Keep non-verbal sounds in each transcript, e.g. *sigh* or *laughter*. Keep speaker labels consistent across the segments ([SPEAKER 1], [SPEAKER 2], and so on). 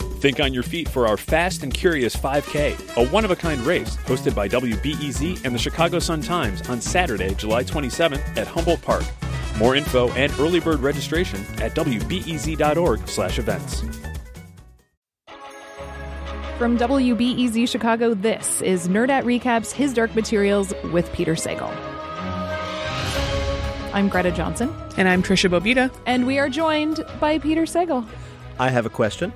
[SPEAKER 1] Think on your feet for our Fast and Curious 5K, a one of a kind race hosted by WBEZ and the Chicago Sun Times on Saturday, July 27th at Humboldt Park. More info and early bird registration at E wbez.org/events.
[SPEAKER 2] From WBEZ Chicago, this is Nerd at Recaps His Dark Materials with Peter Sagal. I'm Greta Johnson,
[SPEAKER 3] And I'm Trisha Bobita.
[SPEAKER 2] and we are joined by Peter Sagal.
[SPEAKER 4] I have
[SPEAKER 3] *laughs*
[SPEAKER 4] a question.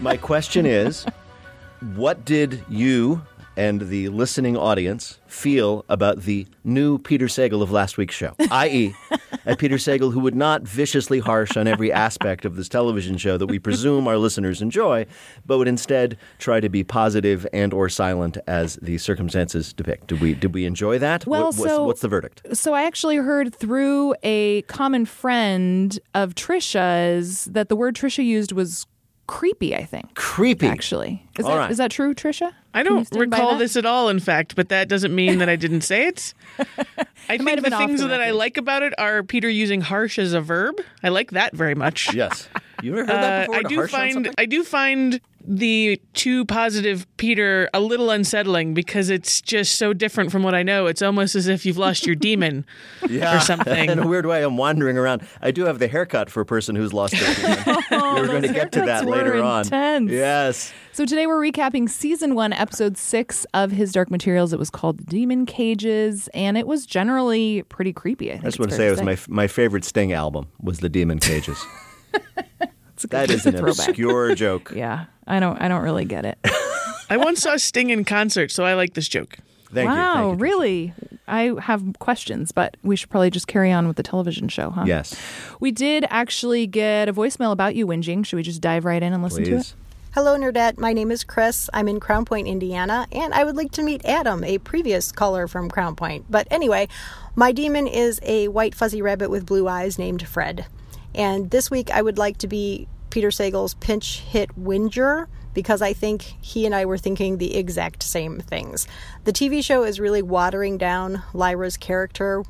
[SPEAKER 4] My question is what did you and the listening audience feel about the new Peter Sagal of last
[SPEAKER 3] *laughs*
[SPEAKER 4] week's show? I.e., a Peter Sagal who would not viciously harsh on every aspect of this television show that we presume our listeners enjoy, but would instead try to be positive and or silent as the circumstances depict. Did we did we enjoy that?
[SPEAKER 2] Well,
[SPEAKER 4] What- what's,
[SPEAKER 2] so-
[SPEAKER 4] what's the verdict?
[SPEAKER 2] So I actually heard through a common friend of Trisha's that the word Trisha used was creepy, I think.
[SPEAKER 4] Creepy.
[SPEAKER 2] Actually. Is,
[SPEAKER 4] All
[SPEAKER 2] that,
[SPEAKER 4] right.
[SPEAKER 2] is that true, Trisha?
[SPEAKER 3] I
[SPEAKER 2] Can you
[SPEAKER 3] don't
[SPEAKER 2] stand by
[SPEAKER 3] recall
[SPEAKER 2] that?
[SPEAKER 3] this at all, in fact, but that doesn't mean that I didn't
[SPEAKER 2] *laughs*
[SPEAKER 3] say it. I
[SPEAKER 2] might
[SPEAKER 3] think
[SPEAKER 2] have
[SPEAKER 3] the
[SPEAKER 2] been off
[SPEAKER 3] things
[SPEAKER 2] the
[SPEAKER 3] that I
[SPEAKER 2] record.
[SPEAKER 3] like about it are Peter using harsh as a verb. I like that very much.
[SPEAKER 4] Yes. You ever heard
[SPEAKER 3] Uh,
[SPEAKER 4] that before?
[SPEAKER 3] I
[SPEAKER 4] to
[SPEAKER 3] do
[SPEAKER 4] harsh on
[SPEAKER 3] find
[SPEAKER 4] something?
[SPEAKER 3] I do find the too positive Peter a little unsettling because it's just so different from what I know. It's almost as if you've lost
[SPEAKER 2] *laughs*
[SPEAKER 3] your demon
[SPEAKER 4] *laughs*
[SPEAKER 3] or something.
[SPEAKER 4] in a weird way, I'm wandering around. I do have the haircut for a person who's lost
[SPEAKER 2] *laughs*
[SPEAKER 4] their hair. *laughs* we were going to
[SPEAKER 2] Oh, those
[SPEAKER 4] get to that
[SPEAKER 2] haircuts were
[SPEAKER 4] later on.
[SPEAKER 2] intense.
[SPEAKER 4] Yes.
[SPEAKER 2] So today we're recapping season one, episode six of His Dark Materials. It was called Demon Cages, and it was generally pretty creepy. I think
[SPEAKER 4] I just
[SPEAKER 2] it's
[SPEAKER 4] want to
[SPEAKER 2] fair
[SPEAKER 4] say it was my, my favorite Sting album was The
[SPEAKER 2] *laughs*
[SPEAKER 4] Demon Cages.
[SPEAKER 2] It's a good-
[SPEAKER 4] That is an
[SPEAKER 2] throwback. *laughs*
[SPEAKER 4] obscure joke.
[SPEAKER 2] Yeah, I don't. I don't really
[SPEAKER 4] *laughs*
[SPEAKER 2] get it.
[SPEAKER 3] I once saw Sting in concert, so I like this joke.
[SPEAKER 4] Thank you.
[SPEAKER 2] wow,
[SPEAKER 4] Thank you.
[SPEAKER 2] really? I have questions, but we should probably just carry on with the television show, huh?
[SPEAKER 4] Yes.
[SPEAKER 2] We did actually get a voicemail about you whinging. Should we just dive right in and listen to it?
[SPEAKER 4] Please.
[SPEAKER 5] Hello, Nerdette. My name is Chris. I'm in Crown Point, Indiana, and I would like to meet Adam, a previous caller from Crown Point. But anyway, my demon is a white fuzzy rabbit with blue eyes named Fred. And this week, I would like to be Peter Sagal's pinch hit whinger because I think he and I were thinking the exact same things. The TV show is really watering down Lyra's character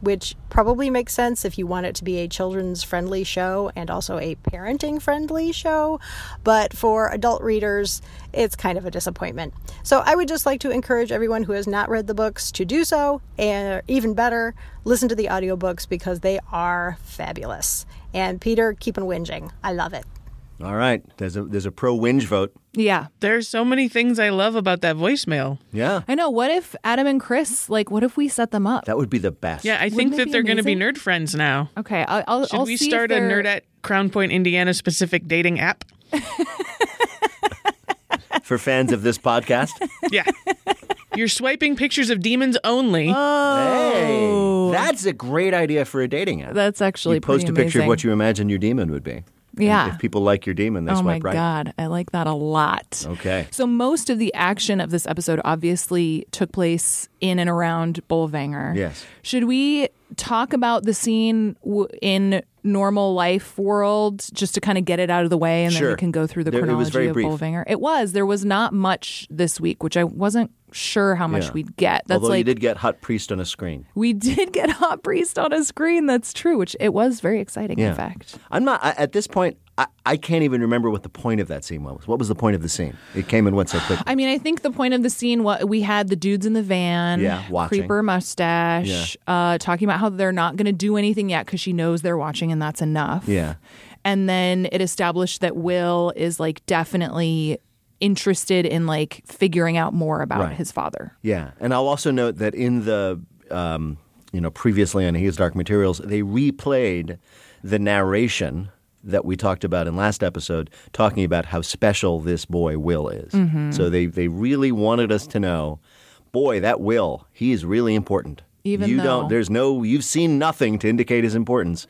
[SPEAKER 5] which probably makes sense if you want it to be a children's friendly show and also a parenting friendly show. But for adult readers, it's kind of a disappointment. So I would just like to encourage everyone who has not read the books to do so, and even better, listen to the audiobooks because they are fabulous. And Peter, keep on whinging. I love it.
[SPEAKER 4] All right. There's a there's a pro whinge vote.
[SPEAKER 2] Yeah.
[SPEAKER 3] There's so many things I love about that voicemail.
[SPEAKER 4] Yeah.
[SPEAKER 2] I know. What if Adam and Chris, like, what if we set them up?
[SPEAKER 4] That would be the best.
[SPEAKER 3] Yeah, I
[SPEAKER 2] Wouldn't
[SPEAKER 3] think
[SPEAKER 2] it
[SPEAKER 3] that
[SPEAKER 2] be
[SPEAKER 3] they're going to be
[SPEAKER 2] amazing?
[SPEAKER 3] nerd friends now.
[SPEAKER 2] okay. I'll, I'll,
[SPEAKER 3] Should
[SPEAKER 2] I'll
[SPEAKER 3] we
[SPEAKER 2] see if
[SPEAKER 3] start a
[SPEAKER 2] they're-
[SPEAKER 3] nerd at Crown Point, Indiana specific dating app?
[SPEAKER 4] *laughs* For fans of
[SPEAKER 2] *laughs*
[SPEAKER 4] this podcast.
[SPEAKER 3] Yeah. *laughs* You're swiping pictures of demons only.
[SPEAKER 4] Oh. Hey. That's a great idea for a dating app.
[SPEAKER 2] That's actually
[SPEAKER 4] you post a
[SPEAKER 2] pretty
[SPEAKER 4] picture of
[SPEAKER 2] amazing.
[SPEAKER 4] what you imagine your demon would be. And
[SPEAKER 2] Yeah.
[SPEAKER 4] if people like your demon, they
[SPEAKER 2] Oh my
[SPEAKER 4] swipe right.
[SPEAKER 2] god, I like that a lot.
[SPEAKER 4] Okay.
[SPEAKER 2] So most of the action of this episode obviously took place in and around Bolvanger.
[SPEAKER 4] Yes.
[SPEAKER 2] Should we talk about the scene w- in normal life world just to kind of get it out of the way, and then
[SPEAKER 4] Sure.
[SPEAKER 2] we can go through the
[SPEAKER 4] There- it was
[SPEAKER 2] chronology
[SPEAKER 4] very
[SPEAKER 2] of
[SPEAKER 4] brief.
[SPEAKER 2] Bolvanger? It was. There was not much this week, which I wasn't sure how much
[SPEAKER 4] Yeah.
[SPEAKER 2] we'd get. That's
[SPEAKER 4] Although
[SPEAKER 2] like
[SPEAKER 4] you did get Hot Priest on a screen.
[SPEAKER 2] we *laughs* did get Hot Priest on a screen. That's true, which it was very exciting. In fact,
[SPEAKER 4] I'm not I, at this point. I, I can't even remember what the point of that scene was. What was the point of the scene? It came and went so quickly.
[SPEAKER 2] I mean, I think the point of the scene what we had the dudes in the van,
[SPEAKER 4] Yeah, watching.
[SPEAKER 2] creeper mustache, uh, talking about how they're not going to do anything yet because she knows they're watching and that's enough.
[SPEAKER 4] Yeah.
[SPEAKER 2] and then it established that Will is like definitely interested in like figuring out more about
[SPEAKER 4] Right.
[SPEAKER 2] his father.
[SPEAKER 4] Yeah, and I'll also note that in the um, you know previously on His Dark Materials, they replayed the narration that we talked about in last episode, talking about how special this boy Will is.
[SPEAKER 2] Mm-hmm.
[SPEAKER 4] So they they really wanted us to know, boy, that Will, he is really important.
[SPEAKER 2] Even
[SPEAKER 4] you
[SPEAKER 2] though-
[SPEAKER 4] don't, there's no, you've seen nothing to indicate his importance,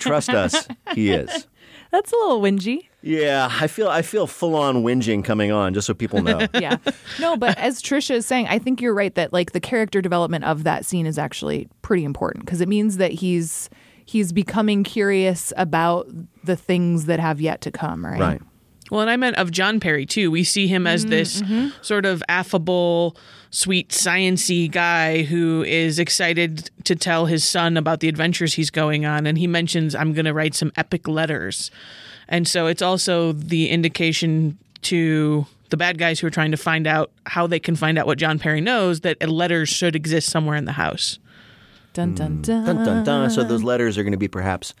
[SPEAKER 2] *laughs*
[SPEAKER 4] trust us, he is.
[SPEAKER 2] That's a little whingy.
[SPEAKER 4] Yeah, I feel I feel full on whinging coming on, just so
[SPEAKER 2] *laughs*
[SPEAKER 4] people know.
[SPEAKER 2] Yeah. No,
[SPEAKER 4] *laughs*
[SPEAKER 2] but as Trisha is saying, I think you're right that like the character development of that scene is actually pretty important because it means that he's he's becoming curious about the things that have yet to come, right?
[SPEAKER 4] right.
[SPEAKER 3] Well, and I meant of John Perry too. We see him
[SPEAKER 2] Mm-hmm.
[SPEAKER 3] as this sort of affable, sweet, sciency guy who is excited to tell his son about the adventures he's going on, and he mentions, "I'm going to write some epic letters." And so it's also the indication to the bad guys who are trying to find out how they can find out what John Perry knows that a letter should exist somewhere in the house.
[SPEAKER 2] Dun dun dun.
[SPEAKER 4] Dun, dun, dun. So
[SPEAKER 2] Uh-huh.
[SPEAKER 4] those letters are going to be perhaps.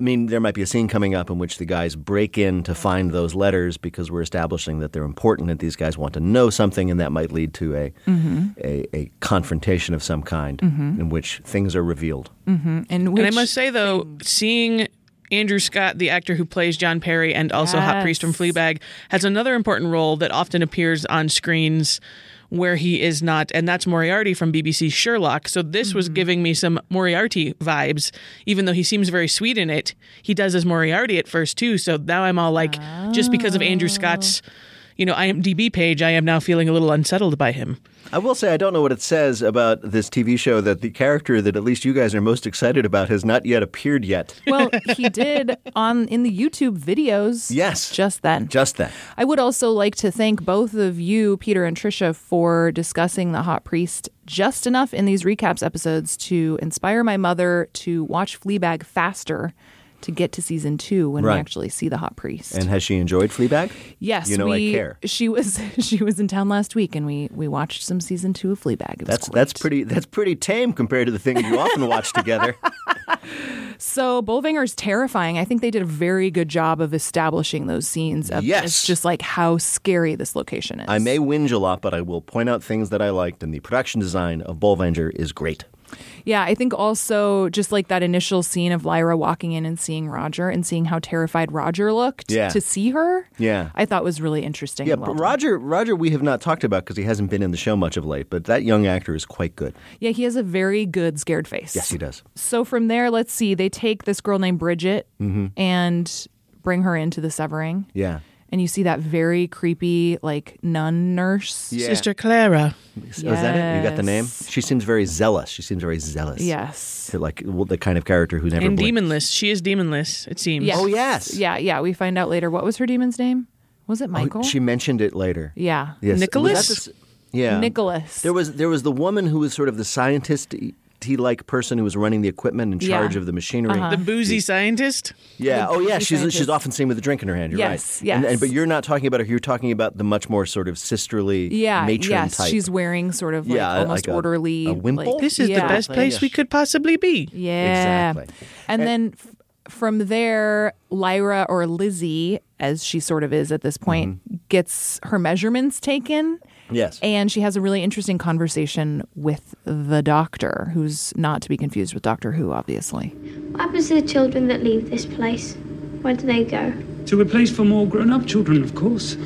[SPEAKER 4] I mean, there might be a scene coming up in which the guys break in to find those letters because we're establishing that they're important, that these guys want to know something, and that might lead to a
[SPEAKER 2] Mm-hmm.
[SPEAKER 4] a, a confrontation of some kind in which things are revealed.
[SPEAKER 2] And which
[SPEAKER 3] and I must say though, seeing Andrew Scott, the actor who plays John Perry and also Hot Priest from
[SPEAKER 2] Yes.
[SPEAKER 3] Fleabag, has another important role that often appears on screens where he is not, and that's Moriarty from BBC's Sherlock. So this was
[SPEAKER 2] Mm-hmm.
[SPEAKER 3] giving me some Moriarty vibes, even though he seems very sweet in it. He does as Moriarty at first too. So now I'm all like, just because of Andrew Scott's, you know, IMDb page, I am now feeling a little unsettled by him.
[SPEAKER 4] I will say I don't know what it says about this TV show that the character that at least you guys are most excited about has not yet appeared yet.
[SPEAKER 2] well, he did on in the YouTube videos.
[SPEAKER 4] Yes.
[SPEAKER 2] Just then.
[SPEAKER 4] Just that.
[SPEAKER 2] I would also like to thank both of you, Peter and Trisha, for discussing the Hot Priest just enough in these recaps episodes to inspire my mother to watch Fleabag faster to get to season two when
[SPEAKER 4] Right.
[SPEAKER 2] we actually see the Hot Priest.
[SPEAKER 4] And has she enjoyed Fleabag?
[SPEAKER 2] yes,
[SPEAKER 4] You know
[SPEAKER 2] we,
[SPEAKER 4] I care.
[SPEAKER 2] She was *laughs* she was in town last week, and we we watched some season two of Fleabag. It was
[SPEAKER 4] That's
[SPEAKER 2] great.
[SPEAKER 4] that's pretty that's pretty tame compared to the things you often watch together.
[SPEAKER 2] So Bolvanger's terrifying. I think they did a very good job of establishing those scenes. Of
[SPEAKER 4] Yes.
[SPEAKER 2] It's just like how scary this location is.
[SPEAKER 4] I may whinge a lot, but I will point out things that I liked, and the production design of Bolvanger is great.
[SPEAKER 2] Yeah, I think also just like that initial scene of Lyra walking in and seeing Roger and seeing how terrified Roger looked
[SPEAKER 4] Yeah.
[SPEAKER 2] to see her.
[SPEAKER 4] Yeah.
[SPEAKER 2] I thought was really interesting.
[SPEAKER 4] Yeah,
[SPEAKER 2] and well
[SPEAKER 4] but
[SPEAKER 2] done.
[SPEAKER 4] Roger, Roger, we have not talked about because he hasn't been in the show much of late. But that young actor is quite good.
[SPEAKER 2] Yeah, he has a very good scared face.
[SPEAKER 4] Yes, he does.
[SPEAKER 2] So from there, let's see. They take this girl named Bridget and bring her into the severing.
[SPEAKER 4] Mm-hmm. Yeah,
[SPEAKER 2] And you see that very creepy, like nun nurse.
[SPEAKER 4] yeah.
[SPEAKER 3] Sister Clara.
[SPEAKER 4] Is that it? You got the name?
[SPEAKER 2] Yes.
[SPEAKER 4] She seems very zealous. She seems very zealous.
[SPEAKER 2] Yes.
[SPEAKER 4] To, like well, the kind of character who never
[SPEAKER 3] And
[SPEAKER 4] blinks.
[SPEAKER 3] demonless. She is demonless, it seems.
[SPEAKER 2] Yes.
[SPEAKER 4] Oh, yes. Oh,
[SPEAKER 2] Yeah, yeah. We find out later. What was her demon's name? Was it Michael?
[SPEAKER 4] She mentioned it later.
[SPEAKER 2] yeah.
[SPEAKER 4] Yes. Was that
[SPEAKER 3] Nicholas?
[SPEAKER 4] the s- yeah.
[SPEAKER 2] Nicholas.
[SPEAKER 4] There was there was the woman who was sort of the scientist like person who was running the equipment in
[SPEAKER 2] Yeah.
[SPEAKER 4] charge of the machinery.
[SPEAKER 3] The boozy scientist.
[SPEAKER 4] Yeah. Oh, yeah.
[SPEAKER 2] the
[SPEAKER 4] She's she's
[SPEAKER 2] scientist.
[SPEAKER 4] often seen with a drink in her hand. You're
[SPEAKER 2] Yes,
[SPEAKER 4] right. And- And,
[SPEAKER 2] yes.
[SPEAKER 4] but you're not talking about her. You're talking about the much more sort of sisterly
[SPEAKER 2] Yeah,
[SPEAKER 4] matron
[SPEAKER 2] yes,
[SPEAKER 4] type.
[SPEAKER 2] she's wearing sort of like
[SPEAKER 4] Yeah,
[SPEAKER 2] almost
[SPEAKER 4] like a-
[SPEAKER 2] orderly.
[SPEAKER 4] a wimple?
[SPEAKER 2] like-
[SPEAKER 3] This is
[SPEAKER 2] yeah.
[SPEAKER 3] the best Eh. place we could possibly be.
[SPEAKER 2] Yeah,
[SPEAKER 4] Exactly.
[SPEAKER 2] And, then f- from there, Lyra or Lizzie, as she sort of is at this point, gets her measurements taken,
[SPEAKER 4] Mm-hmm. yes.
[SPEAKER 2] and she has a really interesting conversation with the doctor, who's not to be confused with Doctor Who, obviously.
[SPEAKER 6] What happens to the children that leave this place? Where do they go?
[SPEAKER 7] To a place for more grown up children, of course.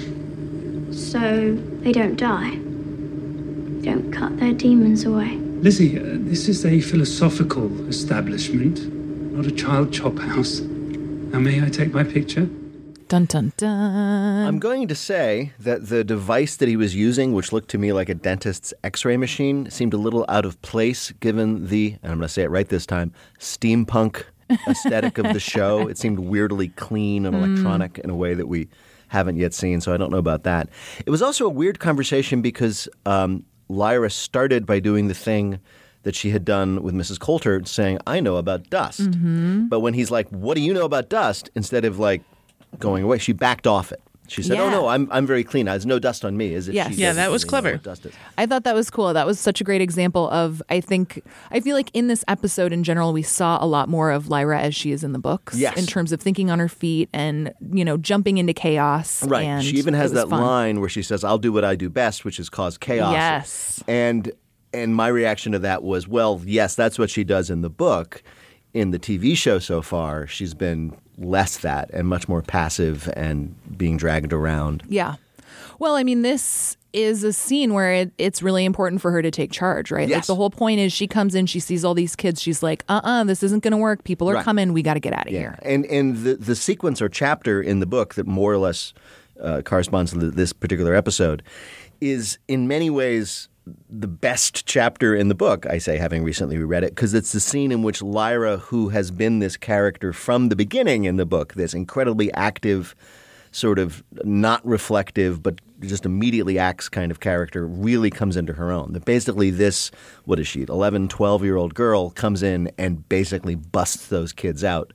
[SPEAKER 6] So they don't die. Don't cut their demons away.
[SPEAKER 7] Lizzie, uh, this is a philosophical establishment, not a child chop house. Now, may I take my picture?
[SPEAKER 2] Dun dun dun.
[SPEAKER 4] I'm going to say that the device that he was using, which looked to me like a dentist's x-ray machine, seemed a little out of place given the, and I'm going to say it right this time, steampunk aesthetic of the show. It seemed weirdly clean and electronic in a way that we haven't yet seen, so I don't know about that. It was also a weird conversation because um, Lyra started by doing the thing that she had done with Mrs. Coulter, saying, I know about dust. But when he's like, what do you know about dust? Instead of like going away, she backed off it. She said, "Oh
[SPEAKER 2] Yeah.
[SPEAKER 4] no, I'm I'm very clean. There's no dust on me." Is it?
[SPEAKER 2] Yes.
[SPEAKER 3] Yeah, that was clever.
[SPEAKER 4] Dust is.
[SPEAKER 2] I thought that was cool. That was such a great example of I think I feel like in this episode in general we saw a lot more of Lyra as she is in the books
[SPEAKER 4] Yes.
[SPEAKER 2] in terms of thinking on her feet and you know jumping into chaos.
[SPEAKER 4] Right.
[SPEAKER 2] and
[SPEAKER 4] she even has
[SPEAKER 2] it was
[SPEAKER 4] that
[SPEAKER 2] fun.
[SPEAKER 4] line where she says, "I'll do what I do best, which is cause chaos."
[SPEAKER 2] Yes.
[SPEAKER 4] And and my reaction to that was, well, yes, that's what she does in the book. In the TV show so far, she's been less that and much more passive and being dragged around.
[SPEAKER 2] Yeah. Well, I mean this is a scene where it, it's really important for her to take charge, right?
[SPEAKER 4] Yes.
[SPEAKER 2] Like the whole point is she comes in, she sees all these kids, she's like, "Uh-uh, this isn't going to work. People are
[SPEAKER 4] Right.
[SPEAKER 2] coming. We got to get out of here."
[SPEAKER 4] And and the the sequence or chapter in the book that more or less uh, corresponds to th- this particular episode is in many ways the best chapter in the book. I say having recently reread it because it's the scene in which Lyra, who has been this character from the beginning in the book, this incredibly active. Sort of not reflective, but just immediately acts kind of character really comes into her own. That basically, this, what is she, 11, 12 year old girl comes in and basically busts those kids out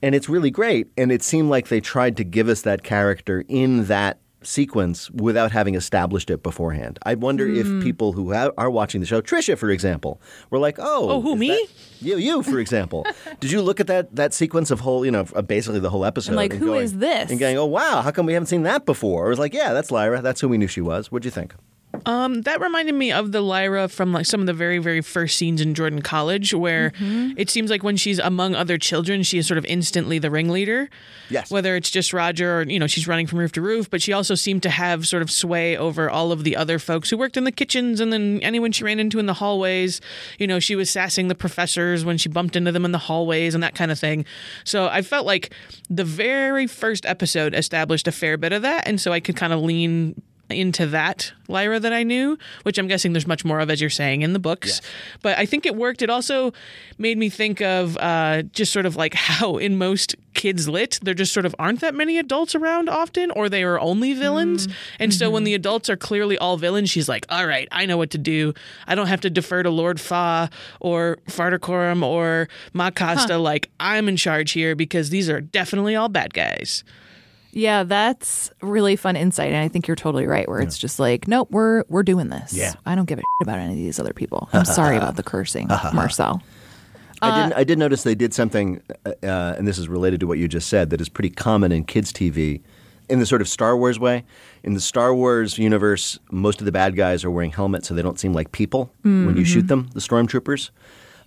[SPEAKER 4] and it's really great. And it seemed like they tried to give us that character in that sequence without having established it beforehand. I wonder
[SPEAKER 2] Hmm.
[SPEAKER 4] if people who ha- are watching the show, Trisha, for example, were like, "Oh,
[SPEAKER 3] Oh, who,
[SPEAKER 4] is
[SPEAKER 3] me?
[SPEAKER 4] that- you, you,
[SPEAKER 2] *laughs*
[SPEAKER 4] for example. Did you look at that that sequence of whole, you know, of basically the whole episode?
[SPEAKER 2] like, who
[SPEAKER 4] who is
[SPEAKER 2] is this?
[SPEAKER 4] And going, "Oh, wow, how come we haven't seen that before?" It was like, "Yeah, that's Lyra. That's who we knew she was." What'd you think?
[SPEAKER 3] Um, that reminded me of the Lyra from like some of the very, very first scenes in Jordan College, where it seems like when she's among other children, she is sort of instantly the ringleader.
[SPEAKER 4] Yes.
[SPEAKER 3] Whether it's just Roger or, you know, she's running from roof to roof, but she also seemed to have sort of sway over all of the other folks who worked in the kitchens and then anyone she ran into in the hallways. You know, she was sassing the professors when she bumped into them in the hallways and that kind of thing. So I felt like the very first episode established a fair bit of that. And so I could kind of lean into that Lyra that I knew, which I'm guessing there's much more of, as you're saying, in the books. But I think it worked. It also made me think of uh, just sort of like *laughs* how in most kids lit, there just sort of aren't that many adults around often, or they are only villains. And so when the adults are clearly all villains, she's like, all right, I know what to do. I don't have to defer to Lord Fa or Farticorum or Ma Costa. Like, I'm in charge here because these are definitely all bad guys.
[SPEAKER 2] Yeah, that's really fun insight, and I think you're totally right. Where it's just like, nope, we're we're doing this.
[SPEAKER 4] Yeah.
[SPEAKER 2] I don't give a shit about any of these other people. I'm sorry about the cursing, Marcel.
[SPEAKER 4] I, didn't, I did notice they did something, uh, uh, and this is related to what you just said, that is pretty common in kids' TV in the sort of Star Wars way. In the Star Wars universe, most of the bad guys are wearing helmets so they don't seem like people when you shoot them, the stormtroopers.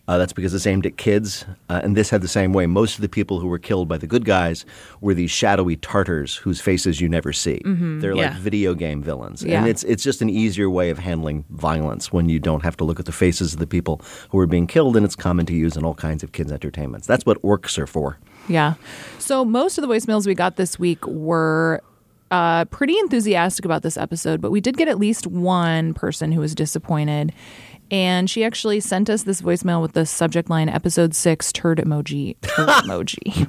[SPEAKER 4] Uh, that's because it's aimed at kids. Uh, and this had the same way. Most of the people who were killed by the good guys were these shadowy Tartars whose faces you never see. They're like
[SPEAKER 3] yeah.
[SPEAKER 4] video game villains.
[SPEAKER 2] Yeah.
[SPEAKER 4] And it's it's just an easier way of handling violence when you don't have to look at the faces of the people who are being killed, and it's common to use in all kinds of kids' entertainments. That's what orcs are for.
[SPEAKER 2] Yeah. So most of the voicemails we got this week were uh, pretty enthusiastic about this episode, but we did get at least one person who was disappointed. And she actually sent us this voicemail with the subject line episode six turd emoji, turd emoji.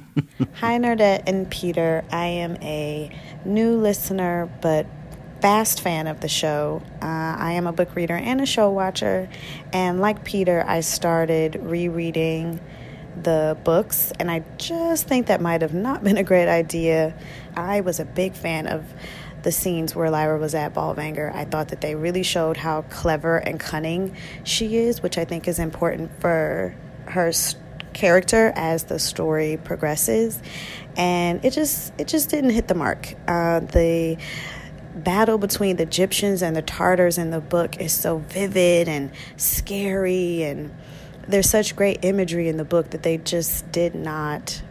[SPEAKER 8] Hi, Nerdette and Peter. I am a new listener, but fast fan of the show. Uh, I am a book reader and a show watcher. And like Peter, I started rereading the books, and I just think that might have not been a great idea. I was a big fan of the scenes where Lyra was at Ballvanger. I thought that they really showed how clever and cunning she is, which I think is important for her s- character as the story progresses and it just it just didn't hit the mark uh, the battle between the egyptians and the tartars in the book is so vivid and scary and there's such great imagery in the book that they just did not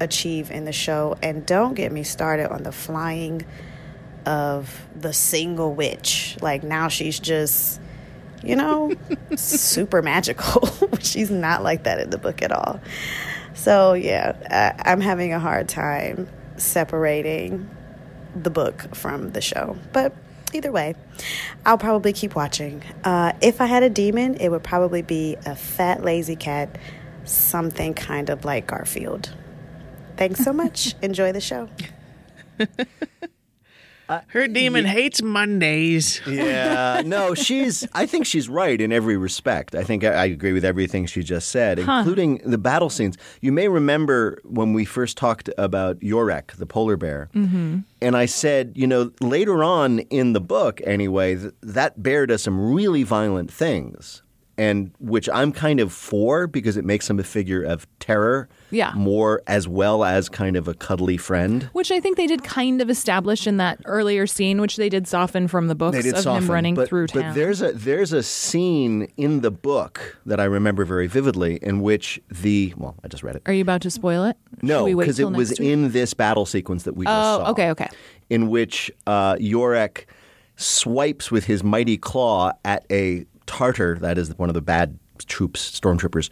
[SPEAKER 8] achieve in the show and don't get me started on the flying of the single witch like now she's just you know, super magical. *laughs* She's not like that in the book at all. So, yeah, I, I'm having a hard time separating the book from the show. But either way, I'll probably keep watching. Uh, if I had a demon, it would probably be a fat, lazy cat, something kind of like Garfield. Thanks so much. Enjoy the show.
[SPEAKER 3] Her demon hates Mondays.
[SPEAKER 4] Yeah, no, she's. I think she's right in every respect. I think I, I agree with everything she just said, including the battle scenes. You may remember when we first talked about Yorek, the polar bear, and I said, you know, later on in the book, anyway, th- that bear does some really violent things, and which I'm kind of for because it makes him a figure of terror,
[SPEAKER 2] Yeah.
[SPEAKER 4] more as well as kind of a cuddly friend.
[SPEAKER 2] Which I think they did kind of establish in that earlier scene, which they did soften from the books
[SPEAKER 4] They did
[SPEAKER 2] of
[SPEAKER 4] soften,
[SPEAKER 2] him running
[SPEAKER 4] but,
[SPEAKER 2] through
[SPEAKER 4] But
[SPEAKER 2] town.
[SPEAKER 4] there's a there's a scene in the book that I remember very vividly in which the well, I just read it.
[SPEAKER 2] Are you about to spoil it? Should
[SPEAKER 4] No,
[SPEAKER 2] we wait
[SPEAKER 4] because it
[SPEAKER 2] till
[SPEAKER 4] was
[SPEAKER 2] next week?
[SPEAKER 4] in this battle sequence that we
[SPEAKER 2] Oh,
[SPEAKER 4] just saw.
[SPEAKER 2] okay, okay.
[SPEAKER 4] In which uh, Yorick swipes with his mighty claw at a Tartar, that is one of the bad troops, stormtroopers,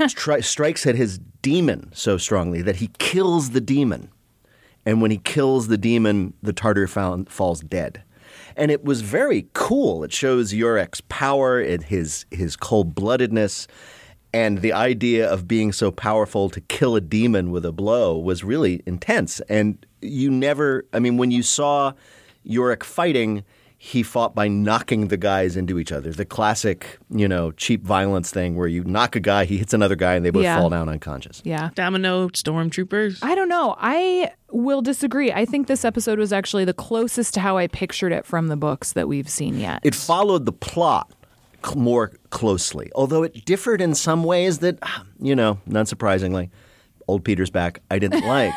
[SPEAKER 4] stri- strikes at his demon so strongly that he kills the demon. And when he kills the demon, the Tartar found, falls dead. And it was very cool. It shows Yurek's power and his, his cold bloodedness. And the idea of being so powerful to kill a demon with a blow was really intense. And you never, I mean, when you saw Yurik fighting, he fought by knocking the guys into each other. The classic, you know, cheap violence thing where you knock a guy, he hits another guy, and they both
[SPEAKER 2] Yeah.
[SPEAKER 4] fall down unconscious.
[SPEAKER 2] Yeah.
[SPEAKER 3] Domino stormtroopers.
[SPEAKER 2] I don't know. I will disagree. I think this episode was actually the closest to how I pictured it from the books that we've seen yet.
[SPEAKER 4] It followed the plot cl- more closely, although it differed in some ways that, *sighs* you know, not surprisingly, old Peter's back,
[SPEAKER 2] *laughs*
[SPEAKER 4] I didn't like.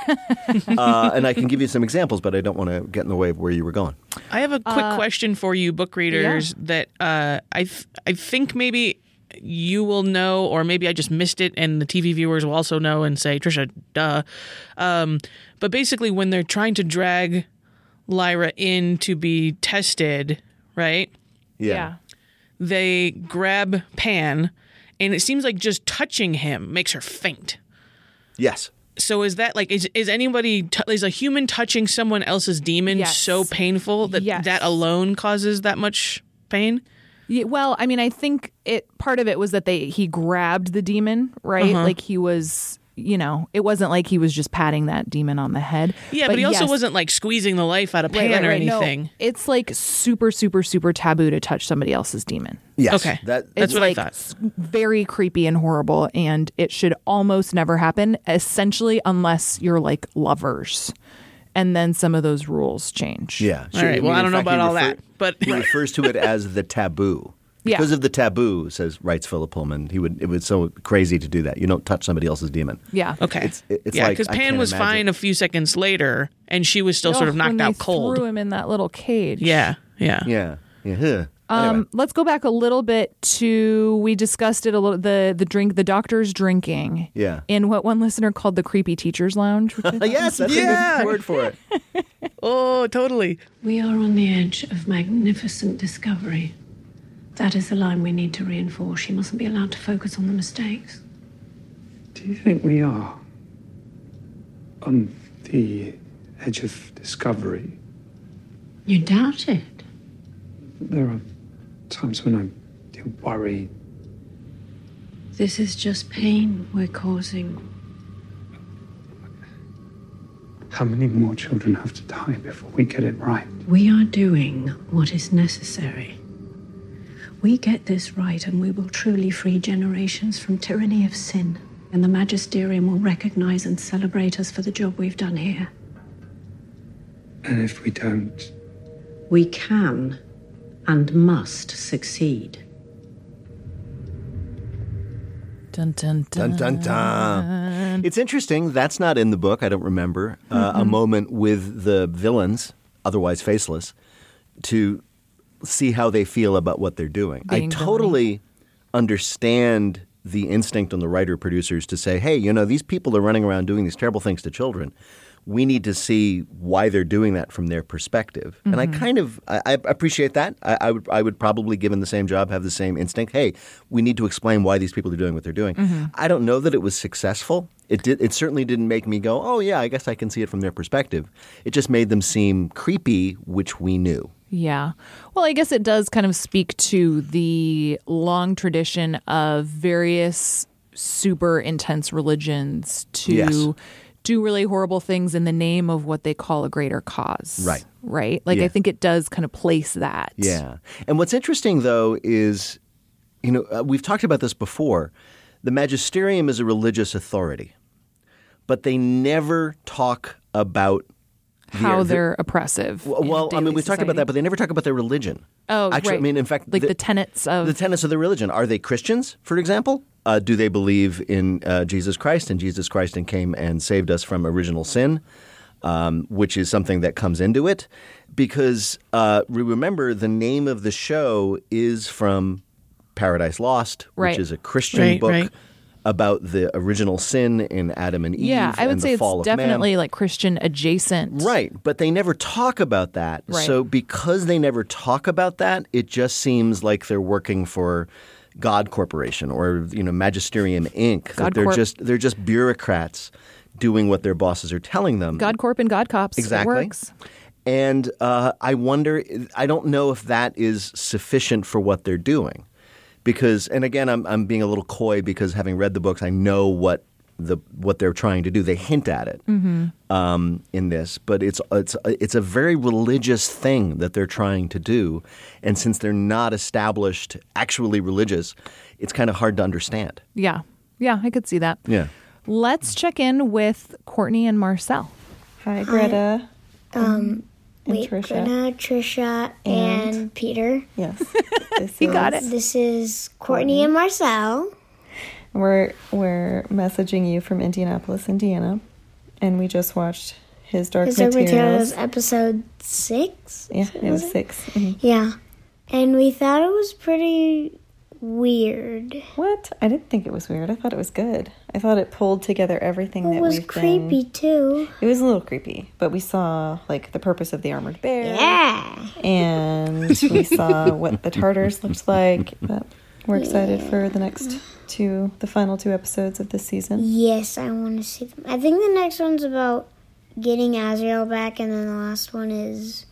[SPEAKER 4] uh, and I can give you some examples, but I don't want to get in the way of where you were going.
[SPEAKER 3] I have a quick question for you, book readers. That uh, I th- I think maybe you will know, or maybe I just missed it, and the TV viewers will also know and say, Trisha, duh. Um, but basically, when they're trying to drag Lyra in to be tested, right?
[SPEAKER 2] yeah.
[SPEAKER 3] They grab Pan, and it seems like just touching him makes her faint.
[SPEAKER 4] Yes.
[SPEAKER 3] So is that like is is anybody t- is a human touching someone else's demon
[SPEAKER 2] Yes.
[SPEAKER 3] so painful that
[SPEAKER 2] Yes.
[SPEAKER 3] that alone causes that much pain?
[SPEAKER 2] Yeah, well, I mean, I think it part of it was that they he grabbed the demon, right?
[SPEAKER 4] Uh-huh.
[SPEAKER 2] Like he was, you know, it wasn't like he was just patting that demon on the head.
[SPEAKER 3] Yeah, but, he also
[SPEAKER 2] yes.
[SPEAKER 3] wasn't like squeezing the life out of Pan
[SPEAKER 2] Right, right,
[SPEAKER 3] or
[SPEAKER 2] right. No,
[SPEAKER 3] anything.
[SPEAKER 2] it's like super, super, super taboo to touch somebody else's demon.
[SPEAKER 4] Yes.
[SPEAKER 3] Okay.
[SPEAKER 4] That,
[SPEAKER 3] That's
[SPEAKER 2] It's
[SPEAKER 3] what I
[SPEAKER 2] like
[SPEAKER 3] thought.
[SPEAKER 2] s- Very creepy and horrible, and it should almost never happen, essentially, unless you're like lovers. And then some of those rules change.
[SPEAKER 4] Yeah.
[SPEAKER 3] All right, well, I
[SPEAKER 4] in
[SPEAKER 3] don't know
[SPEAKER 4] fact,
[SPEAKER 3] about
[SPEAKER 4] he
[SPEAKER 3] all that, but- *laughs*
[SPEAKER 4] he refers to it as the taboo.
[SPEAKER 2] Yeah.
[SPEAKER 4] Because of the taboo, says writes Philip Pullman, he would it was so crazy to do that. You don't touch somebody else's demon.
[SPEAKER 2] Yeah.
[SPEAKER 3] Okay,
[SPEAKER 4] it- it's
[SPEAKER 3] yeah,
[SPEAKER 4] like,
[SPEAKER 3] because
[SPEAKER 4] I
[SPEAKER 3] Pan
[SPEAKER 4] can't
[SPEAKER 3] was
[SPEAKER 4] imagine.
[SPEAKER 3] fine a few seconds later, and she was still sort
[SPEAKER 2] Ugh,
[SPEAKER 3] of knocked
[SPEAKER 2] Oh, when
[SPEAKER 3] out
[SPEAKER 2] they
[SPEAKER 3] cold.
[SPEAKER 2] Threw him in that little cage.
[SPEAKER 3] Yeah, yeah,
[SPEAKER 4] Yeah. Yeah. huh.
[SPEAKER 2] Um,
[SPEAKER 4] Anyway.
[SPEAKER 2] Let's go back a little bit to we discussed it a little the the drink the doctor's drinking.
[SPEAKER 4] Yeah.
[SPEAKER 2] In what one listener called the creepy teachers lounge.
[SPEAKER 4] *laughs*
[SPEAKER 2] which I
[SPEAKER 4] Uh,
[SPEAKER 2] thought
[SPEAKER 4] yes, that's a
[SPEAKER 3] Yeah.
[SPEAKER 4] good
[SPEAKER 3] *laughs*
[SPEAKER 4] word for it.
[SPEAKER 3] Oh, totally.
[SPEAKER 9] We are on the edge of magnificent discovery. That is the line we need to reinforce. She mustn't be allowed to focus on the mistakes.
[SPEAKER 7] Do you think we are on the edge of discovery?
[SPEAKER 9] You doubt it?
[SPEAKER 7] There are times when I do worry.
[SPEAKER 9] This is just pain we're causing.
[SPEAKER 7] How many more children have to die before we get it right?
[SPEAKER 9] We are doing what is necessary. We get this right, and we will truly free generations from tyranny of sin. And the magisterium will recognize and celebrate us for the job we've done here.
[SPEAKER 7] And if we don't,
[SPEAKER 9] We can and must succeed.
[SPEAKER 2] Dun, dun, dun.
[SPEAKER 4] Dun, dun, dun. It's interesting. That's not in the book. I don't remember uh, a moment with the villains, otherwise faceless, to see how they feel about what they're doing.
[SPEAKER 2] Being
[SPEAKER 4] I totally understand the instinct on the writer producers to say, "Hey, you know, these people are running around doing these terrible things to children." We need to see why they're doing that from their perspective, and I kind of I, I appreciate that. I, I would I would probably, given the same job, have the same instinct. Hey, we need to explain why these people are doing what they're doing. I don't know that it was successful. It did. It certainly didn't make me go, "Oh yeah, I guess I can see it from their perspective." It just made them seem creepy, which we knew.
[SPEAKER 2] Yeah. Well, I guess it does kind of speak to the long tradition of various super intense religions to
[SPEAKER 4] Yes.
[SPEAKER 2] do really horrible things in the name of what they call a greater cause.
[SPEAKER 4] Right.
[SPEAKER 2] Right. Like
[SPEAKER 4] Yeah.
[SPEAKER 2] I think it does kind of place that.
[SPEAKER 4] Yeah. And what's interesting, though, is, you know, uh, we've talked about this before. The magisterium is a religious authority, but they never talk about
[SPEAKER 2] How
[SPEAKER 4] the-
[SPEAKER 2] they're oppressive. in
[SPEAKER 4] well, I
[SPEAKER 2] daily
[SPEAKER 4] mean, we talk about
[SPEAKER 2] society.
[SPEAKER 4] that, but they never talk about their religion.
[SPEAKER 2] Oh,
[SPEAKER 4] actually, I
[SPEAKER 2] right.
[SPEAKER 4] mean, in fact,
[SPEAKER 2] Like the tenets of-
[SPEAKER 4] the tenets of their religion are they Christians, for example? Uh, do they believe in uh, Jesus Christ and Jesus Christ and came and saved us from original sin, um, which is something that comes into it? Because uh, re- remember, the name of the show is from Paradise Lost,
[SPEAKER 2] Right.
[SPEAKER 4] which is a Christian
[SPEAKER 3] Right,
[SPEAKER 4] book.
[SPEAKER 3] right.
[SPEAKER 4] About the original sin in Adam and Eve.
[SPEAKER 2] Yeah, I
[SPEAKER 4] and
[SPEAKER 2] would
[SPEAKER 4] the
[SPEAKER 2] say
[SPEAKER 4] fall
[SPEAKER 2] it's
[SPEAKER 4] of man.
[SPEAKER 2] definitely like Christian adjacent.
[SPEAKER 4] Right, but they never talk about that.
[SPEAKER 2] Right.
[SPEAKER 4] So because they never talk about that, it just seems like they're working for God Corporation or you know Magisterium Inc. that
[SPEAKER 2] God
[SPEAKER 4] they're
[SPEAKER 2] Corp.
[SPEAKER 4] just they're just bureaucrats doing what their bosses are telling them.
[SPEAKER 2] God Corp and God Cops. It
[SPEAKER 4] Exactly.
[SPEAKER 2] works.
[SPEAKER 4] And uh, I wonder, I don't know if that is sufficient for what they're doing. Because, and again, I'm, I'm being a little coy because having read the books, I know what the what they're trying to do. They hint at it
[SPEAKER 2] Mm-hmm.
[SPEAKER 4] um, in this, but it's it's it's a very religious thing that they're trying to do, and since they're not established actually religious, it's kind of hard to understand.
[SPEAKER 2] Yeah. Yeah, I could see that.
[SPEAKER 4] Yeah.
[SPEAKER 2] Let's check in with Courtney and Marcel.
[SPEAKER 10] Hi, Greta. Um,
[SPEAKER 11] Wait,
[SPEAKER 10] Trisha.
[SPEAKER 11] Greta, Trisha, and, Peter.
[SPEAKER 10] Yes. This
[SPEAKER 2] You got
[SPEAKER 10] is-
[SPEAKER 2] it.
[SPEAKER 11] This is Courtney and Marcel.
[SPEAKER 10] We're we're messaging you from Indianapolis, Indiana, and we just watched his dark
[SPEAKER 11] His
[SPEAKER 10] materials.
[SPEAKER 11] materials episode six.
[SPEAKER 10] Yeah, it was six. Mhm.
[SPEAKER 11] Yeah, and we thought it was pretty weird.
[SPEAKER 10] What? I didn't think it was weird. I thought it was good. I thought it pulled together everything
[SPEAKER 11] It
[SPEAKER 10] that
[SPEAKER 11] was
[SPEAKER 10] we've
[SPEAKER 11] creepy
[SPEAKER 10] Been...
[SPEAKER 11] too.
[SPEAKER 10] It was a little creepy, but we saw like the purpose of the armored bear.
[SPEAKER 11] Yeah.
[SPEAKER 10] and
[SPEAKER 11] *laughs*
[SPEAKER 10] we saw what the Tartars looked like. But we're excited for the next two, the final two episodes of this season.
[SPEAKER 11] Yes, I want to see them. I think the next one's about getting Azrael back, and then the last one is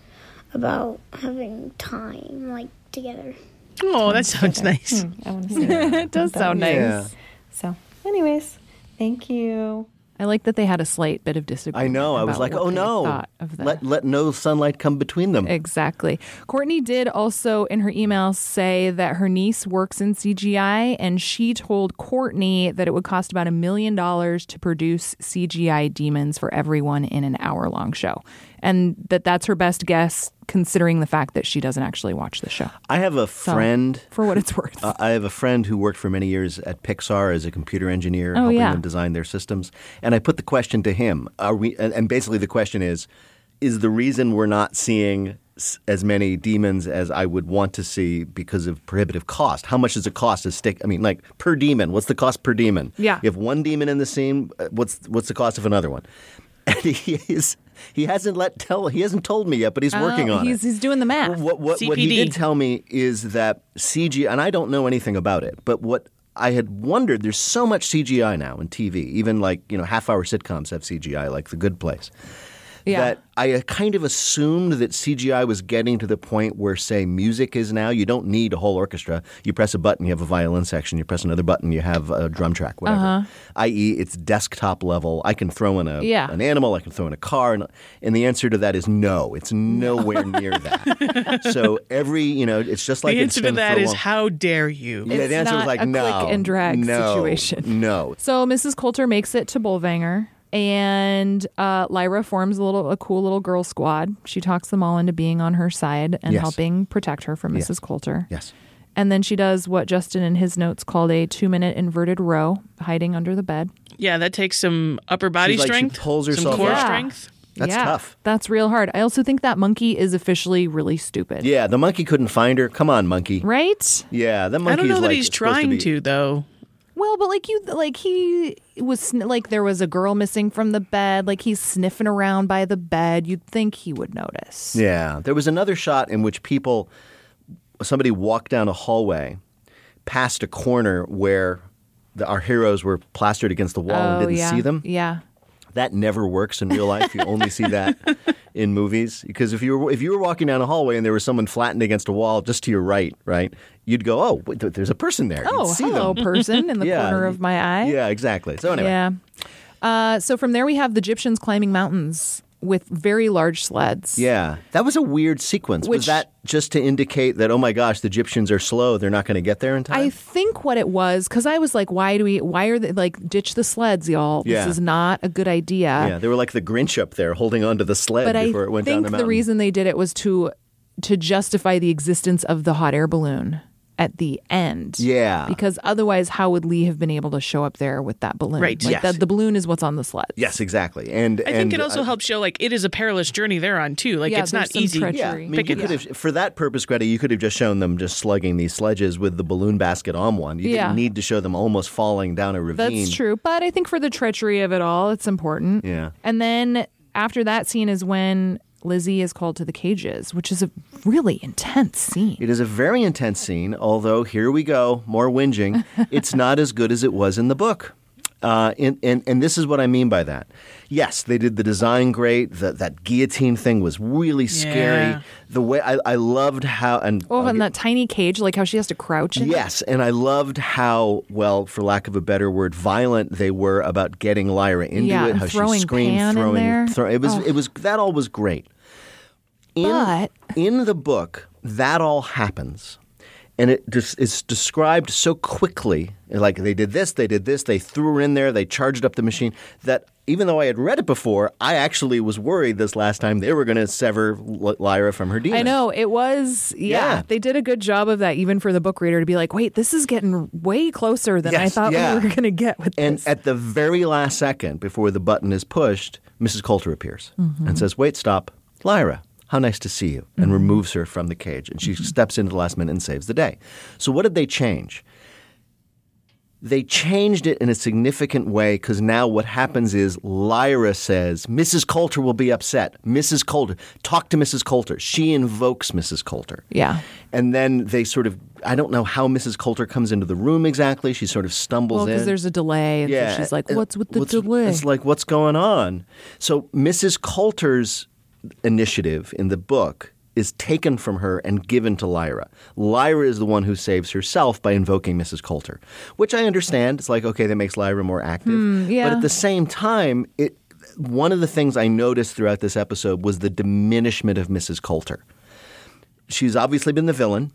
[SPEAKER 11] about having time like together.
[SPEAKER 3] Oh, that sounds
[SPEAKER 2] Hmm.
[SPEAKER 3] nice.
[SPEAKER 10] Hmm, I want to see. that.
[SPEAKER 2] It does sound nice.
[SPEAKER 10] So, anyways, thank you.
[SPEAKER 2] I like that they had a slight bit of disagreement.
[SPEAKER 4] I know. I was
[SPEAKER 2] about
[SPEAKER 4] like,
[SPEAKER 2] what
[SPEAKER 4] oh
[SPEAKER 2] they
[SPEAKER 4] no,
[SPEAKER 2] thought of that.
[SPEAKER 4] let let no sunlight come between them.
[SPEAKER 2] Exactly. Courtney did also in her email say that her niece works in CGI and she told Courtney that it would cost about a million dollars to produce CGI demons for everyone in an hour long show. And that that's her best guess considering the fact that she doesn't actually watch the show.
[SPEAKER 4] I have a
[SPEAKER 2] So,
[SPEAKER 4] friend.
[SPEAKER 2] for what it's worth.
[SPEAKER 4] *laughs* Uh, I have a friend who worked for many years at Pixar as a computer engineer, helping
[SPEAKER 2] Oh, yeah.
[SPEAKER 4] them design their systems. And I put the question to him: Are we? And and basically, the question is: Is the reason we're not seeing s- as many demons as I would want to see because of prohibitive cost? How much does it cost to stick? I mean, like per demon, what's the cost per demon?
[SPEAKER 2] Yeah.
[SPEAKER 4] You have one demon in the scene. uh, What's what's the cost of another one? *laughs* And he is. He hasn't let tell. He hasn't told me yet, but he's working
[SPEAKER 2] Oh,
[SPEAKER 4] on
[SPEAKER 2] he's,
[SPEAKER 4] it.
[SPEAKER 2] He's doing the math.
[SPEAKER 4] What, what, what he
[SPEAKER 3] CPD.
[SPEAKER 4] did tell me is that CG, and I don't know anything about it, but what I had wondered, there's so much CGI now in TV, even like, you know, half hour sitcoms have CGI, like The Good Place,
[SPEAKER 2] Yeah.
[SPEAKER 4] that I uh, kind of assumed that CGI was getting to the point where, say, music is now. You don't need a whole orchestra. You press a button, you have a violin section. You press another button, you have a drum track, whatever.
[SPEAKER 2] Uh-huh.
[SPEAKER 4] I.e., it's desktop level. I can throw in a,
[SPEAKER 2] Yeah.
[SPEAKER 4] an animal, I can throw in a car. And, and the answer to that is no. It's nowhere
[SPEAKER 3] *laughs*
[SPEAKER 4] near that. So every, you know, it's just like
[SPEAKER 3] the
[SPEAKER 4] in
[SPEAKER 3] answer to
[SPEAKER 4] Spin
[SPEAKER 3] that
[SPEAKER 4] for a
[SPEAKER 3] is
[SPEAKER 4] While-
[SPEAKER 3] how dare you?
[SPEAKER 4] Yeah,
[SPEAKER 2] It's
[SPEAKER 4] the answer was
[SPEAKER 2] not
[SPEAKER 4] like
[SPEAKER 2] a click
[SPEAKER 4] no.
[SPEAKER 2] and drag
[SPEAKER 4] no,
[SPEAKER 2] situation.
[SPEAKER 4] No.
[SPEAKER 2] So Mrs. Coulter makes it to Bullvanger, and uh, Lyra forms a little a cool little girl squad. She talks them all into being on her side and
[SPEAKER 4] Yes.
[SPEAKER 2] helping protect her from Mrs. Coulter.
[SPEAKER 4] Yes.
[SPEAKER 2] And then she does what Justin in his notes called a two minute inverted row, hiding under the bed.
[SPEAKER 3] Yeah, that takes some upper body
[SPEAKER 4] She's like- she
[SPEAKER 3] strength.
[SPEAKER 4] pulls herself
[SPEAKER 3] some core
[SPEAKER 4] up. Yeah.
[SPEAKER 3] strength.
[SPEAKER 4] That's
[SPEAKER 2] Yeah,
[SPEAKER 4] tough.
[SPEAKER 2] That's real hard. I also think that monkey is officially really stupid.
[SPEAKER 4] Yeah, the monkey couldn't find her. Come on, monkey.
[SPEAKER 2] Right?
[SPEAKER 4] Yeah, that monkey
[SPEAKER 3] I don't know
[SPEAKER 4] is
[SPEAKER 3] that
[SPEAKER 4] like
[SPEAKER 3] he's
[SPEAKER 4] supposed
[SPEAKER 3] trying
[SPEAKER 4] be-
[SPEAKER 3] to, though.
[SPEAKER 2] Well, but like you, like he was sn- like there was a girl missing from the bed. Like he's sniffing around by the bed. You'd think he would notice.
[SPEAKER 4] Yeah. There was another shot in which people, somebody walked down a hallway past a corner where the, our heroes were plastered against the wall and
[SPEAKER 3] Oh,
[SPEAKER 4] didn't
[SPEAKER 2] Oh, yeah.
[SPEAKER 4] see them.
[SPEAKER 2] Yeah.
[SPEAKER 4] That never works in real life. You only see
[SPEAKER 2] *laughs*
[SPEAKER 4] that in movies because if you were if you were walking down a hallway and there was someone flattened against a wall just to your right, right, you'd go, "Oh, wait, th- there's a person there." You'd
[SPEAKER 2] Oh,
[SPEAKER 4] see
[SPEAKER 2] hello,
[SPEAKER 4] them.
[SPEAKER 2] person in the
[SPEAKER 4] *laughs* Yeah.
[SPEAKER 2] corner of my eye.
[SPEAKER 4] Yeah, exactly. So anyway,
[SPEAKER 2] Yeah. Uh, so from there, we have the Egyptians climbing mountains with very large sleds.
[SPEAKER 4] Yeah, that was a weird sequence.
[SPEAKER 2] Which-
[SPEAKER 4] was that just to indicate that oh my gosh, the Egyptians are slow; they're not going to get there in time?
[SPEAKER 2] I think what it was because I was like, why do we? Why are they like ditch the sleds, y'all?
[SPEAKER 4] Yeah.
[SPEAKER 2] This is not a good idea.
[SPEAKER 4] yeah, they were like the Grinch up there, holding onto the sled
[SPEAKER 2] but I
[SPEAKER 4] before it went down
[SPEAKER 2] think
[SPEAKER 4] the
[SPEAKER 2] the,
[SPEAKER 4] mountain.
[SPEAKER 2] reason they did it was to to justify the existence of the hot air balloon at the end.
[SPEAKER 4] Yeah.
[SPEAKER 2] Because otherwise, how would Lee have been able to show up there with that balloon?
[SPEAKER 3] Right.
[SPEAKER 2] Like
[SPEAKER 4] Yes.
[SPEAKER 2] that- the balloon is what's on the sled.
[SPEAKER 4] yes, exactly. And
[SPEAKER 3] I think it also helps show like it is a perilous journey they're on too. Like
[SPEAKER 2] Yeah,
[SPEAKER 3] it's
[SPEAKER 2] there's
[SPEAKER 3] not
[SPEAKER 2] some
[SPEAKER 3] easy.
[SPEAKER 2] treachery.
[SPEAKER 4] Yeah, I mean,
[SPEAKER 2] Pick
[SPEAKER 4] you
[SPEAKER 2] it
[SPEAKER 4] could
[SPEAKER 2] up.
[SPEAKER 4] have, for that purpose, Greta, you could have just shown them just slugging these sledges with the balloon basket on one. You
[SPEAKER 2] Yeah.
[SPEAKER 4] didn't need to show them almost falling down a ravine.
[SPEAKER 2] That's true. But I think for the treachery of it all, it's important.
[SPEAKER 4] Yeah.
[SPEAKER 2] And then after that scene is when Lizzie is called to the cages, which is a really intense scene.
[SPEAKER 4] It is a
[SPEAKER 2] *laughs*
[SPEAKER 4] very intense scene, although here we go, more whinging. it's not as good as it was in the book. Uh, and, and, and this is what I mean by that. Yes, they did the design great. The, that guillotine thing was really
[SPEAKER 2] Yeah.
[SPEAKER 4] scary. The way I, I loved how and
[SPEAKER 2] Oh, in that tiny cage, like how she has to crouch. In it.
[SPEAKER 4] Yes, and I loved how well, for lack of a better word, violent they were about getting Lyra into
[SPEAKER 2] Yeah,
[SPEAKER 4] it.
[SPEAKER 2] and
[SPEAKER 4] How
[SPEAKER 2] throwing
[SPEAKER 4] she screamed,
[SPEAKER 2] Pan in
[SPEAKER 4] throwing,
[SPEAKER 2] there.
[SPEAKER 4] throw- it was,
[SPEAKER 2] Oh.
[SPEAKER 4] it was that all was great. In, but in the book, that all happens, and it just is described so quickly. Like they did this, they did this, they threw her in there, they charged up the machine. That even though I had read it before, I actually was worried this last time they were going to sever L- Lyra from her demon.
[SPEAKER 2] I know it was. Yeah,
[SPEAKER 4] Yeah.
[SPEAKER 2] they did a good job of that, even for the book reader to be like, "Wait, this is getting way closer than I
[SPEAKER 4] Yes,
[SPEAKER 2] thought
[SPEAKER 4] yeah.
[SPEAKER 2] we were going to get with
[SPEAKER 4] And
[SPEAKER 2] this."
[SPEAKER 4] at the very last second, before the button is pushed, Mrs. Coulter appears
[SPEAKER 2] Mhm.
[SPEAKER 4] and says, Wait, stop. Lyra, how nice to see you.
[SPEAKER 2] Mm-hmm.
[SPEAKER 4] And removes her from the cage. And she steps into the last minute and saves the day. So, what did they change? They changed it in a significant way because now what happens is Lyra says, Mrs. Coulter will be upset. Mrs. Coulter, talk to Mrs. Coulter. She invokes Mrs. Coulter.
[SPEAKER 2] Yeah.
[SPEAKER 4] And then they sort of, I don't know how Mrs. Coulter comes into the room exactly. She sort of stumbles
[SPEAKER 2] well,
[SPEAKER 4] in.
[SPEAKER 2] because there's a delay, and
[SPEAKER 4] Yeah,
[SPEAKER 2] so she's like,
[SPEAKER 4] it-
[SPEAKER 2] "What's with the
[SPEAKER 4] what's-
[SPEAKER 2] delay?"
[SPEAKER 4] It's like, what's going on? So Mrs. Coulter's initiative in the book is taken from her and given to Lyra. Lyra is the one who saves herself by invoking Mrs. Coulter, which I understand. It's like, okay, that makes Lyra more active.
[SPEAKER 2] Hmm,
[SPEAKER 4] But
[SPEAKER 2] yeah.
[SPEAKER 4] at the same time, it one of the things I noticed throughout this episode was the diminishment of Mrs. Coulter. She's obviously been the villain.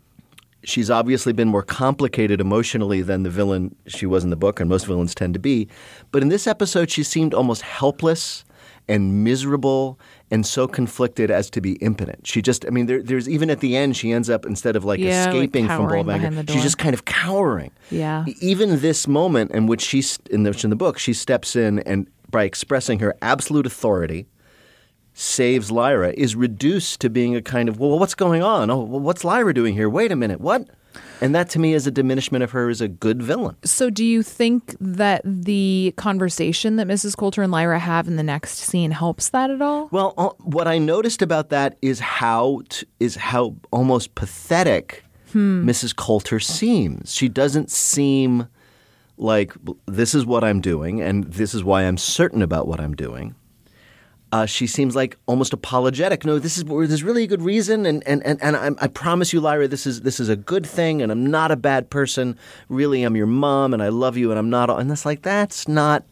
[SPEAKER 4] She's obviously been more complicated emotionally than the villain she was in the book, and most villains tend to be. But in this episode, she seemed almost helpless and miserable and so conflicted as to be impotent. She just, I mean, there, there's even at the end, she ends up instead of like
[SPEAKER 2] Yeah, like
[SPEAKER 4] escaping from
[SPEAKER 2] cowering
[SPEAKER 4] Bullbanger,
[SPEAKER 2] behind the
[SPEAKER 4] she's
[SPEAKER 2] door.
[SPEAKER 4] just kind of cowering. E,
[SPEAKER 2] yeah,
[SPEAKER 4] Even this moment in which she's in the, in the book, she steps in and by expressing her absolute authority, saves Lyra, is reduced to being a kind of well, what's going on? Oh, well, what's Lyra doing here? Wait a minute, what? And that to me is a diminishment of her as a good villain.
[SPEAKER 2] So, do you think that the conversation that Mrs. Coulter and Lyra have in the next scene helps that at all?
[SPEAKER 4] Well, uh, what I noticed about that is how t- is how almost pathetic
[SPEAKER 2] Hmm.
[SPEAKER 4] Mrs. Coulter seems. She doesn't seem like this is what I'm doing and this is why I'm certain about what I'm doing. Uh, she seems like almost apologetic. No, this is there's really a good reason, and and and, and I'm, I promise you, Lyra, this is this is a good thing, and I'm not a bad person. Really, I'm your mom, and I love you, and I'm not. And that's like that's not,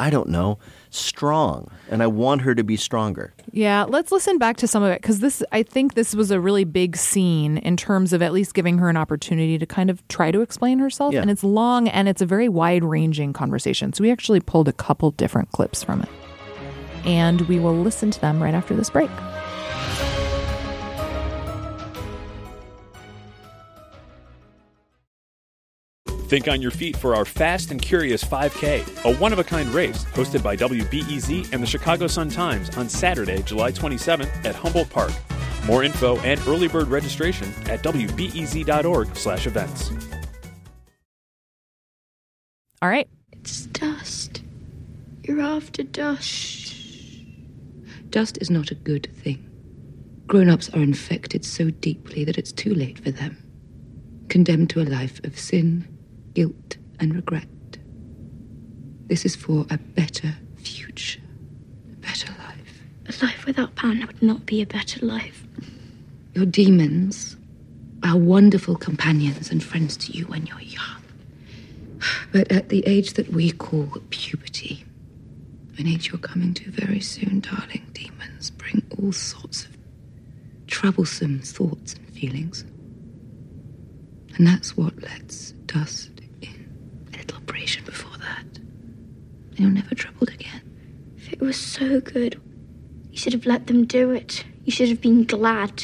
[SPEAKER 4] I don't know, strong. And I want her to be stronger.
[SPEAKER 2] Yeah, let's listen back to some of it because this, I think, this was a really big scene in terms of at least giving her an opportunity to kind of try to explain herself.
[SPEAKER 4] Yeah.
[SPEAKER 2] And it's long and it's a very wide ranging conversation. So we actually pulled a couple different clips from it, and we will listen to them right after this break.
[SPEAKER 1] Think on your feet for our Fast and Curious 5K, a one of a kind race hosted by WBEZ and the Chicago Sun Times on Saturday, July 27th at Humboldt Park. More info and early bird registration at E wbez.org/events.
[SPEAKER 2] All right.
[SPEAKER 12] It's dust. You're after dust. Dust is not a good thing. Grown ups are infected so deeply that it's too late for them. Condemned to a life of sin, guilt, and regret. This is for a better future.
[SPEAKER 6] Better life. A life without Pan would not be a better life.
[SPEAKER 12] Your demons are wonderful companions and friends to you when you're young. But at the age that we call puberty, an age you're coming to very soon, darling, demons bring all sorts of troublesome thoughts and feelings. And that's what lets dust in. A little abrasion before that. And you're never troubled again.
[SPEAKER 11] If it was so good, you should have let them do it. You should have been glad.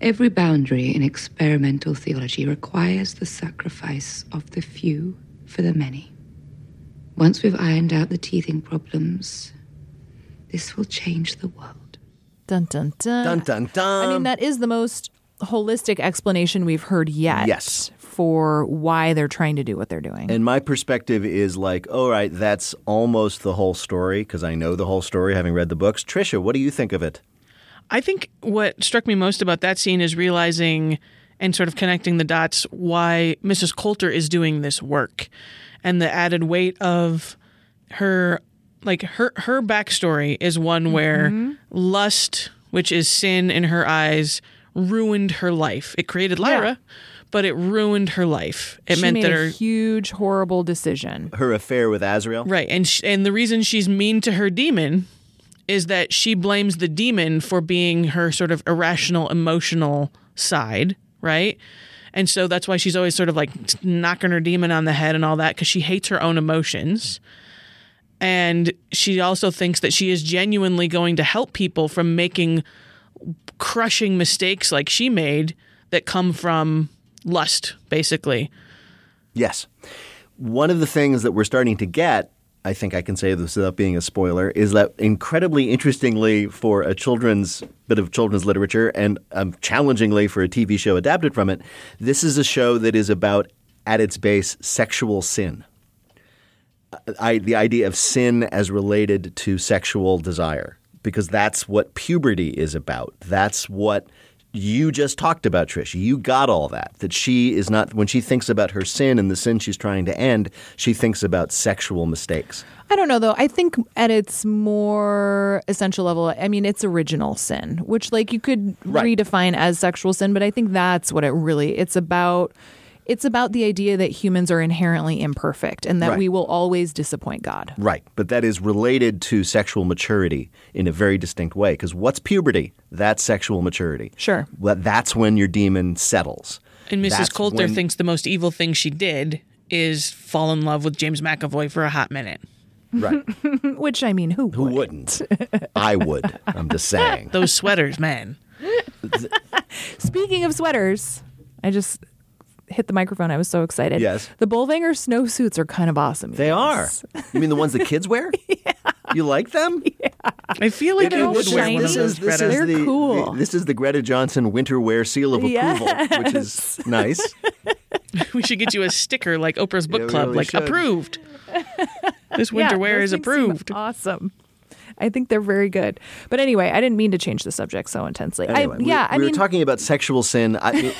[SPEAKER 12] Every boundary in experimental theology requires the sacrifice of the few for the many. Once we've ironed out the teething problems, this will change the world.
[SPEAKER 2] Dun dun dun. *laughs*
[SPEAKER 12] Dun, dun,
[SPEAKER 2] I mean,
[SPEAKER 12] dun.
[SPEAKER 2] that is the most holistic explanation we've heard yet. Yes. For why they're trying to do what they're doing.
[SPEAKER 4] And my perspective is like, all right, that's almost the whole story because I know the whole story having read the books. Trisha, what do you think of it?
[SPEAKER 3] I think what struck me most about that scene is realizing and sort of connecting the dots why Mrs. Coulter is doing this work and the added weight of her like her her backstory is one
[SPEAKER 2] Mm-hmm.
[SPEAKER 3] where lust, which is sin in her eyes, ruined her life. It created Lyra, but it ruined her life. It
[SPEAKER 2] She
[SPEAKER 3] meant
[SPEAKER 2] made
[SPEAKER 3] that
[SPEAKER 2] a
[SPEAKER 3] her
[SPEAKER 2] huge horrible decision.
[SPEAKER 4] Her affair with Azrael.
[SPEAKER 3] Right, and sh- and the reason she's mean to her demon is that she blames the demon for being her sort of irrational emotional side, right? And so that's why she's always sort of like knocking her demon on the head and all that cuz she hates her own emotions. And she also thinks that she is genuinely going to help people from making crushing mistakes like she made that come from lust basically.
[SPEAKER 4] Yes. One of the things that we're starting to get, I think I can say this without being a spoiler, is that incredibly interestingly for a children's bit of children's literature and um, challengingly for a TV show adapted from it, this is a show that is about, at its base, sexual sin. I, the idea of sin as related to sexual desire, because that's what puberty is about. That's what you just talked about, Trish. You got all that. That she is not, when she thinks about her sin and the sin she's trying to end, she thinks about sexual mistakes.
[SPEAKER 2] I don't know though. I think at its more essential level, I mean, it's original sin, which like you could
[SPEAKER 4] Right.
[SPEAKER 2] redefine as sexual sin, but I think that's what it really it's about. It's about the idea that humans are inherently imperfect and that
[SPEAKER 4] Right.
[SPEAKER 2] we will always disappoint God.
[SPEAKER 4] Right. But that is related to sexual maturity in a very distinct way. Because what's puberty? That's sexual maturity.
[SPEAKER 2] Sure.
[SPEAKER 4] Well, that's when your demon settles.
[SPEAKER 3] And Mrs.
[SPEAKER 4] That's
[SPEAKER 3] Coulter
[SPEAKER 4] when-
[SPEAKER 3] thinks the most evil thing she did is fall in love with James McAvoy for a hot minute.
[SPEAKER 4] *laughs* Right.
[SPEAKER 2] which I mean, who
[SPEAKER 4] Who wouldn't? I would.
[SPEAKER 3] *laughs*
[SPEAKER 4] I'm just saying.
[SPEAKER 3] Those sweaters, man.
[SPEAKER 2] Speaking of sweaters, I just hit the microphone. I was so excited.
[SPEAKER 4] Yes.
[SPEAKER 2] The Bolvanger snowsuits are kind of awesome.
[SPEAKER 4] They are. You mean the ones the kids wear?
[SPEAKER 2] *laughs*
[SPEAKER 4] You like them?
[SPEAKER 3] I feel like
[SPEAKER 2] They're
[SPEAKER 3] you
[SPEAKER 2] all
[SPEAKER 3] would wear one of
[SPEAKER 2] shiny.
[SPEAKER 3] those.
[SPEAKER 2] This is-
[SPEAKER 3] Greta.
[SPEAKER 2] They're
[SPEAKER 4] the,
[SPEAKER 2] cool.
[SPEAKER 4] the- this is the Greta Johnson winter wear seal of approval, which is
[SPEAKER 2] *laughs*
[SPEAKER 4] nice.
[SPEAKER 3] *laughs* we should get you a sticker like Oprah's book
[SPEAKER 4] Yeah, we
[SPEAKER 3] club,
[SPEAKER 4] really
[SPEAKER 3] like
[SPEAKER 2] *laughs*
[SPEAKER 4] should.
[SPEAKER 3] approved. This winter
[SPEAKER 2] Yeah,
[SPEAKER 3] wear
[SPEAKER 2] those
[SPEAKER 3] is
[SPEAKER 2] things seem
[SPEAKER 3] approved.
[SPEAKER 2] Awesome. I think they're very good. But anyway, I didn't mean to change the subject so intensely.
[SPEAKER 4] Anyway,
[SPEAKER 2] I,
[SPEAKER 4] we-
[SPEAKER 2] yeah, I
[SPEAKER 4] we, were
[SPEAKER 2] mean,
[SPEAKER 4] talking about sexual sin. I,
[SPEAKER 2] *laughs*
[SPEAKER 4] it-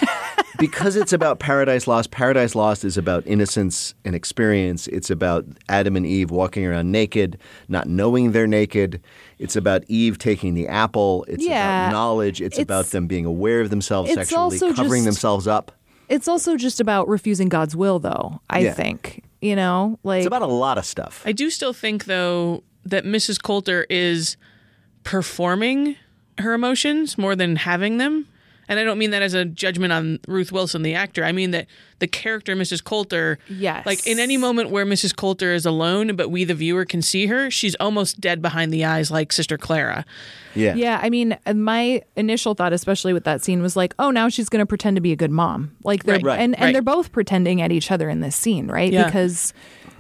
[SPEAKER 4] because it's about Paradise Lost, Paradise Lost is about innocence and experience. It's about Adam and Eve walking around naked, not knowing they're naked. It's about Eve taking the apple. It's
[SPEAKER 2] Yeah.
[SPEAKER 4] about knowledge. It's,
[SPEAKER 2] It's-
[SPEAKER 4] about them being aware of themselves
[SPEAKER 2] it's
[SPEAKER 4] sexually,
[SPEAKER 2] also
[SPEAKER 4] covering
[SPEAKER 2] just-
[SPEAKER 4] themselves up.
[SPEAKER 2] it's also just about refusing God's will, though. I
[SPEAKER 4] Yeah.
[SPEAKER 2] think you know, like
[SPEAKER 4] It's about a lot of stuff.
[SPEAKER 3] I do still think, though, that Mrs. Coulter is performing her emotions more than having them. And I don't mean that as a judgment on Ruth Wilson, the actor. I mean that the character, Mrs. Coulter,
[SPEAKER 2] Yes.
[SPEAKER 3] like in any moment where Mrs. Coulter is alone, but we, the viewer, can see her, she's almost dead behind the eyes, like Sister Clara.
[SPEAKER 4] Yeah.
[SPEAKER 2] Yeah, I mean, my initial thought, especially with that scene, was like, oh, now she's going to pretend to be a good mom. Like, they're
[SPEAKER 3] Right, right,
[SPEAKER 2] and,
[SPEAKER 3] right.
[SPEAKER 2] and they're both pretending at each other in this scene, right?
[SPEAKER 3] Yeah.
[SPEAKER 2] Because,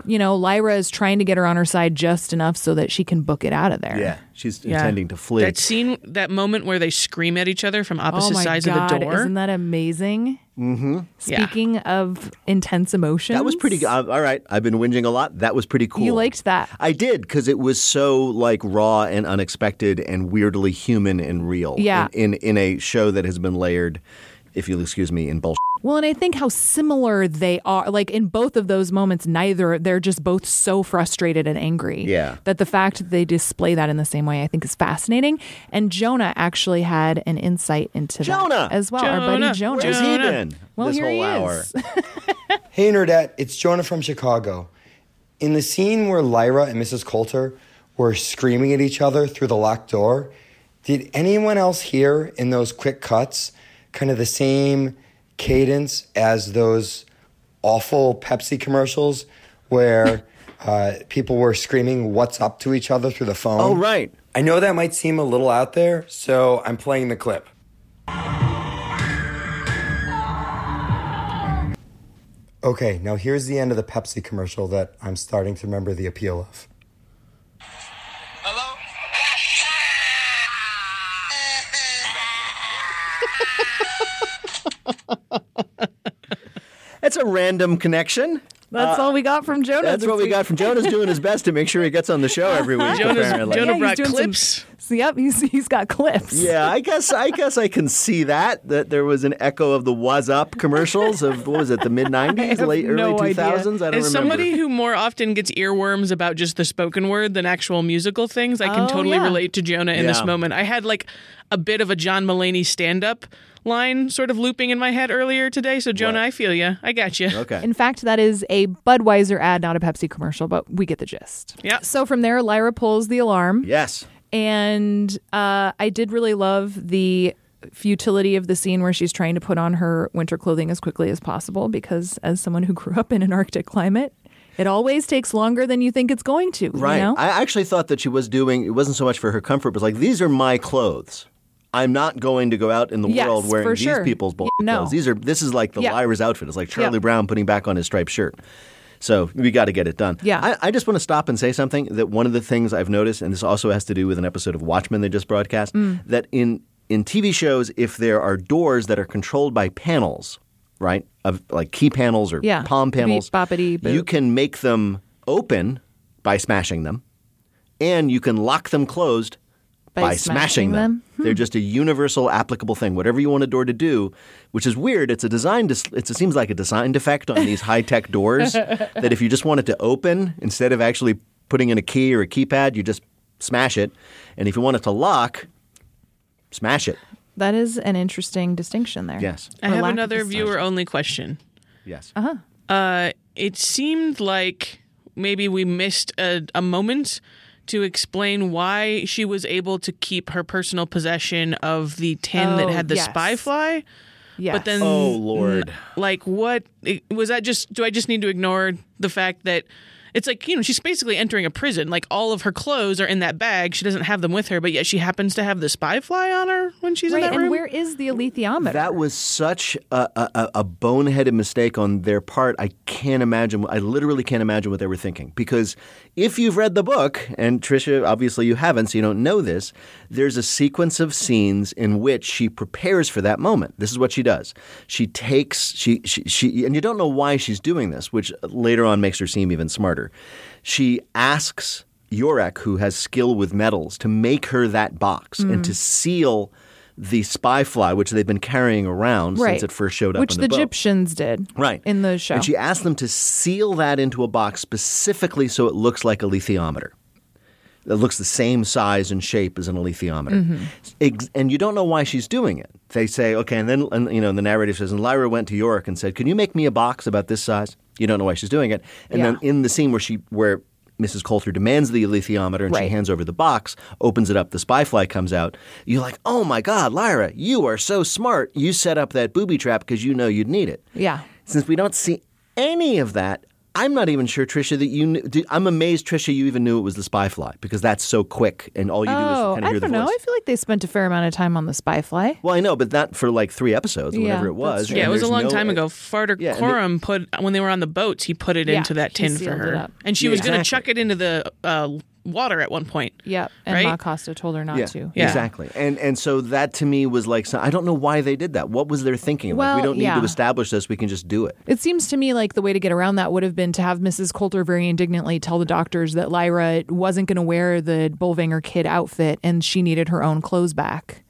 [SPEAKER 2] you know, Lyra is trying to get her on her side just enough so that she can book it out of there.
[SPEAKER 4] Yeah, she's
[SPEAKER 3] Yeah.
[SPEAKER 4] intending to flee.
[SPEAKER 3] That scene, that moment where they scream at each other from
[SPEAKER 2] Oh
[SPEAKER 3] opposite
[SPEAKER 2] my
[SPEAKER 3] sides
[SPEAKER 2] God,
[SPEAKER 3] of the door.
[SPEAKER 2] isn't that amazing? Mm-hmm.
[SPEAKER 3] Yeah.
[SPEAKER 2] Speaking of intense emotions,
[SPEAKER 4] that was pretty good. all right, I've been whinging a lot. That was pretty cool.
[SPEAKER 2] You liked that.
[SPEAKER 4] I did because it was so like raw and unexpected and weirdly human and real.
[SPEAKER 2] Yeah.
[SPEAKER 4] In, in in a show that has been layered, if you'll excuse me, in bullshit.
[SPEAKER 2] Well, and I think how similar they are. Like in both of those moments, neither they're just both so frustrated and angry.
[SPEAKER 4] Yeah.
[SPEAKER 2] That the fact that they display that in the same way, I think, is fascinating. And Jonah actually had an insight into
[SPEAKER 4] Jonah!
[SPEAKER 2] that as well. Our
[SPEAKER 3] Jonah!
[SPEAKER 2] buddy Jonah.
[SPEAKER 4] Where's he
[SPEAKER 3] Jonah.
[SPEAKER 4] been
[SPEAKER 2] Well,
[SPEAKER 4] this
[SPEAKER 2] here
[SPEAKER 4] whole
[SPEAKER 2] he
[SPEAKER 4] hour?
[SPEAKER 2] is.
[SPEAKER 13] Hey, Nerdette, it's Jonah from Chicago. In the scene where Lyra and Mrs. Coulter were screaming at each other through the locked door, did anyone else hear in those quick cuts kind of the same cadence as those awful Pepsi commercials where uh, people were screaming what's up to each other through the phone?
[SPEAKER 4] Oh right.
[SPEAKER 13] I know that might seem a little out there, so I'm playing the clip. Okay, now here's the end of the Pepsi commercial that I'm starting to remember the appeal of.
[SPEAKER 14] Hello?
[SPEAKER 4] *laughs* That's a random connection.
[SPEAKER 2] That's all we got from Jonah.
[SPEAKER 4] Uh, That's
[SPEAKER 2] this
[SPEAKER 4] what we
[SPEAKER 2] week.
[SPEAKER 4] got from Jonah's doing his best to make sure he gets on the show every week.
[SPEAKER 3] Jonah's-
[SPEAKER 4] apparently.
[SPEAKER 3] Jonah
[SPEAKER 2] he's
[SPEAKER 3] brought
[SPEAKER 2] doing some-
[SPEAKER 3] clips.
[SPEAKER 2] Some, So, yep, he's, he's got clips.
[SPEAKER 4] Yeah, I guess I guess I can see that that there was an echo of the "Was Up" commercials of what was it, the mid '90s, late early 2000s. I don't
[SPEAKER 3] As
[SPEAKER 4] remember.
[SPEAKER 3] somebody who more often gets earworms about just the spoken word than actual musical things, I can
[SPEAKER 2] Oh,
[SPEAKER 3] totally
[SPEAKER 2] yeah.
[SPEAKER 3] relate to Jonah in this
[SPEAKER 4] Yeah.
[SPEAKER 3] moment. I had like a bit of a John Mulaney stand up line sort of looping in my head earlier today. So, Jonah, I feel you. I got you.
[SPEAKER 4] Okay.
[SPEAKER 2] In fact, that is a Budweiser ad, not a Pepsi commercial, but we get the gist.
[SPEAKER 3] Yeah.
[SPEAKER 2] So from there, Lyra pulls the alarm.
[SPEAKER 4] Yes.
[SPEAKER 2] And uh, I did really love the futility of the scene where she's trying to put on her winter clothing as quickly as possible because, as someone who grew up in an Arctic climate, it always takes longer than you think it's going to. you
[SPEAKER 4] Right.
[SPEAKER 2] know?
[SPEAKER 4] I actually thought that she was doing it wasn't so much for her comfort, but it was like these are my clothes. I'm not going to go out in the
[SPEAKER 2] Yes,
[SPEAKER 4] world wearing
[SPEAKER 2] for
[SPEAKER 4] these
[SPEAKER 2] sure.
[SPEAKER 4] people's bull
[SPEAKER 2] Yeah, no.
[SPEAKER 4] clothes. These are this is like the
[SPEAKER 2] Yeah.
[SPEAKER 4] Lyra's outfit. It's like Charlie
[SPEAKER 2] Yeah.
[SPEAKER 4] Brown putting back on his striped shirt. So we got to get it done.
[SPEAKER 2] Yeah.
[SPEAKER 4] I, I just want to stop and say something that one of the things I've noticed, and this also has to do with an episode of Watchmen they just broadcast,
[SPEAKER 14] Mm.
[SPEAKER 4] that in in TV shows, if there are doors that are controlled by panels, right, of like key panels or
[SPEAKER 2] Yeah.
[SPEAKER 4] palm
[SPEAKER 2] Beep,
[SPEAKER 4] panels,
[SPEAKER 2] boppity, boop.
[SPEAKER 4] you can make them open by smashing them, and you can lock them closed
[SPEAKER 2] By
[SPEAKER 4] by,
[SPEAKER 2] smashing
[SPEAKER 4] smashing, them.
[SPEAKER 2] them?
[SPEAKER 4] They're
[SPEAKER 2] Hmm.
[SPEAKER 4] just a universal applicable thing. Whatever you want a door to do, which is weird. It's a design. Dis- it's, it seems like a design defect on these high
[SPEAKER 2] *laughs*
[SPEAKER 4] tech doors that if you just want it to open instead of actually putting in a key or a keypad, you just smash it, and if you want it to lock, smash it.
[SPEAKER 2] That is an interesting distinction there.
[SPEAKER 4] Yes.
[SPEAKER 3] I
[SPEAKER 2] Or
[SPEAKER 3] have
[SPEAKER 2] lack of
[SPEAKER 3] another
[SPEAKER 2] distinction.
[SPEAKER 3] viewer only question.
[SPEAKER 4] Yes.
[SPEAKER 2] Uh-huh.
[SPEAKER 3] Uh, it seemed like maybe we missed a, a moment to explain why she was able to keep her personal possession of the tin that
[SPEAKER 2] Oh,
[SPEAKER 3] had the
[SPEAKER 2] yes.
[SPEAKER 3] spy fly.
[SPEAKER 2] Yes.
[SPEAKER 3] But then,
[SPEAKER 4] Oh, Lord.
[SPEAKER 3] Like, what it- was that? Just do I just need to ignore the fact that it's like you know she's basically entering a prison. Like all of her clothes are in that bag. She doesn't have them with her, but yet she happens to have the spy fly on her when she's in
[SPEAKER 2] Right,
[SPEAKER 3] that
[SPEAKER 2] and
[SPEAKER 3] room.
[SPEAKER 2] where is the alethiometer?
[SPEAKER 4] That was such a, a, a- a boneheaded mistake on their part. I can't imagine. I literally can't imagine what they were thinking. Because if you've read the book, and Tricia, obviously you haven't, so you don't know this, there's a sequence of scenes in which she prepares for that moment. This is what she does. She takes, she, she, she and you don't know why she's doing this, which later on makes her seem even smarter. She asks Yorek, who has skill with metals, to make her that box and
[SPEAKER 2] Mm.
[SPEAKER 4] to seal the spy fly, which they've been carrying around
[SPEAKER 2] Right.
[SPEAKER 4] since it first showed up
[SPEAKER 2] Which
[SPEAKER 4] in
[SPEAKER 2] the
[SPEAKER 4] the, boat.
[SPEAKER 2] Egyptians did.
[SPEAKER 4] Right.
[SPEAKER 2] In the show.
[SPEAKER 4] And she asked them to seal that into a box specifically so it looks like a lithiometer. It looks the same size and shape as an alethiometer.
[SPEAKER 14] Mhm.
[SPEAKER 2] Mm-hmm.
[SPEAKER 4] Ex- and you don't know why she's doing it. They say, okay, and then and, you know the narrator says, and Lyra went to York and said, "Can you make me a box about this size?" You don't know why she's doing it. And then in the scene where she where Mrs. Coulter demands the alethiometer and she hands over the box, opens it up, the spy fly comes out. You're like, "Oh my God, Lyra, you are so smart! You set up that booby trap because you know you'd need it."
[SPEAKER 2] Yeah.
[SPEAKER 4] Since we don't see any of that, I'm not even sure, Trisha, that you. Knew, do- I'm amazed, Trisha, you even knew it was the spy fly because that's so quick, and all you do is
[SPEAKER 2] oh,
[SPEAKER 4] kind of
[SPEAKER 2] I
[SPEAKER 4] hear the
[SPEAKER 2] don't know.
[SPEAKER 4] voice.
[SPEAKER 2] I feel like they spent a fair amount of time on the spy fly.
[SPEAKER 4] Well, I know, but not for like three episodes or
[SPEAKER 2] Yeah,
[SPEAKER 4] whatever it
[SPEAKER 2] that's
[SPEAKER 4] was.
[SPEAKER 2] true.
[SPEAKER 3] Yeah, it
[SPEAKER 4] and
[SPEAKER 3] was a
[SPEAKER 4] there's
[SPEAKER 3] long
[SPEAKER 4] no-
[SPEAKER 3] time ago. Farter
[SPEAKER 4] Yeah, and the-
[SPEAKER 3] Coram put when they were on the boats, he put it
[SPEAKER 2] Yeah,
[SPEAKER 3] into that
[SPEAKER 2] he
[SPEAKER 3] tin for
[SPEAKER 2] sealed it
[SPEAKER 3] her,
[SPEAKER 2] up.
[SPEAKER 3] and she
[SPEAKER 2] Yeah,
[SPEAKER 3] was going to
[SPEAKER 2] exactly.
[SPEAKER 3] chuck it into the uh, water at one point.
[SPEAKER 2] Yep. And
[SPEAKER 3] Right?
[SPEAKER 2] Ma Costa told her not
[SPEAKER 4] yeah,
[SPEAKER 2] to.
[SPEAKER 4] exactly. And and so that to me was like, so I don't know why they did that. What was their thinking? like,
[SPEAKER 2] Well,
[SPEAKER 4] we don't need
[SPEAKER 2] yeah.
[SPEAKER 4] to establish this. We can just do it.
[SPEAKER 2] It seems to me like the way to get around that would have been to have Mrs. Coulter very indignantly tell the doctors that Lyra wasn't going to wear the Bolvanger kid outfit and she needed her own clothes back.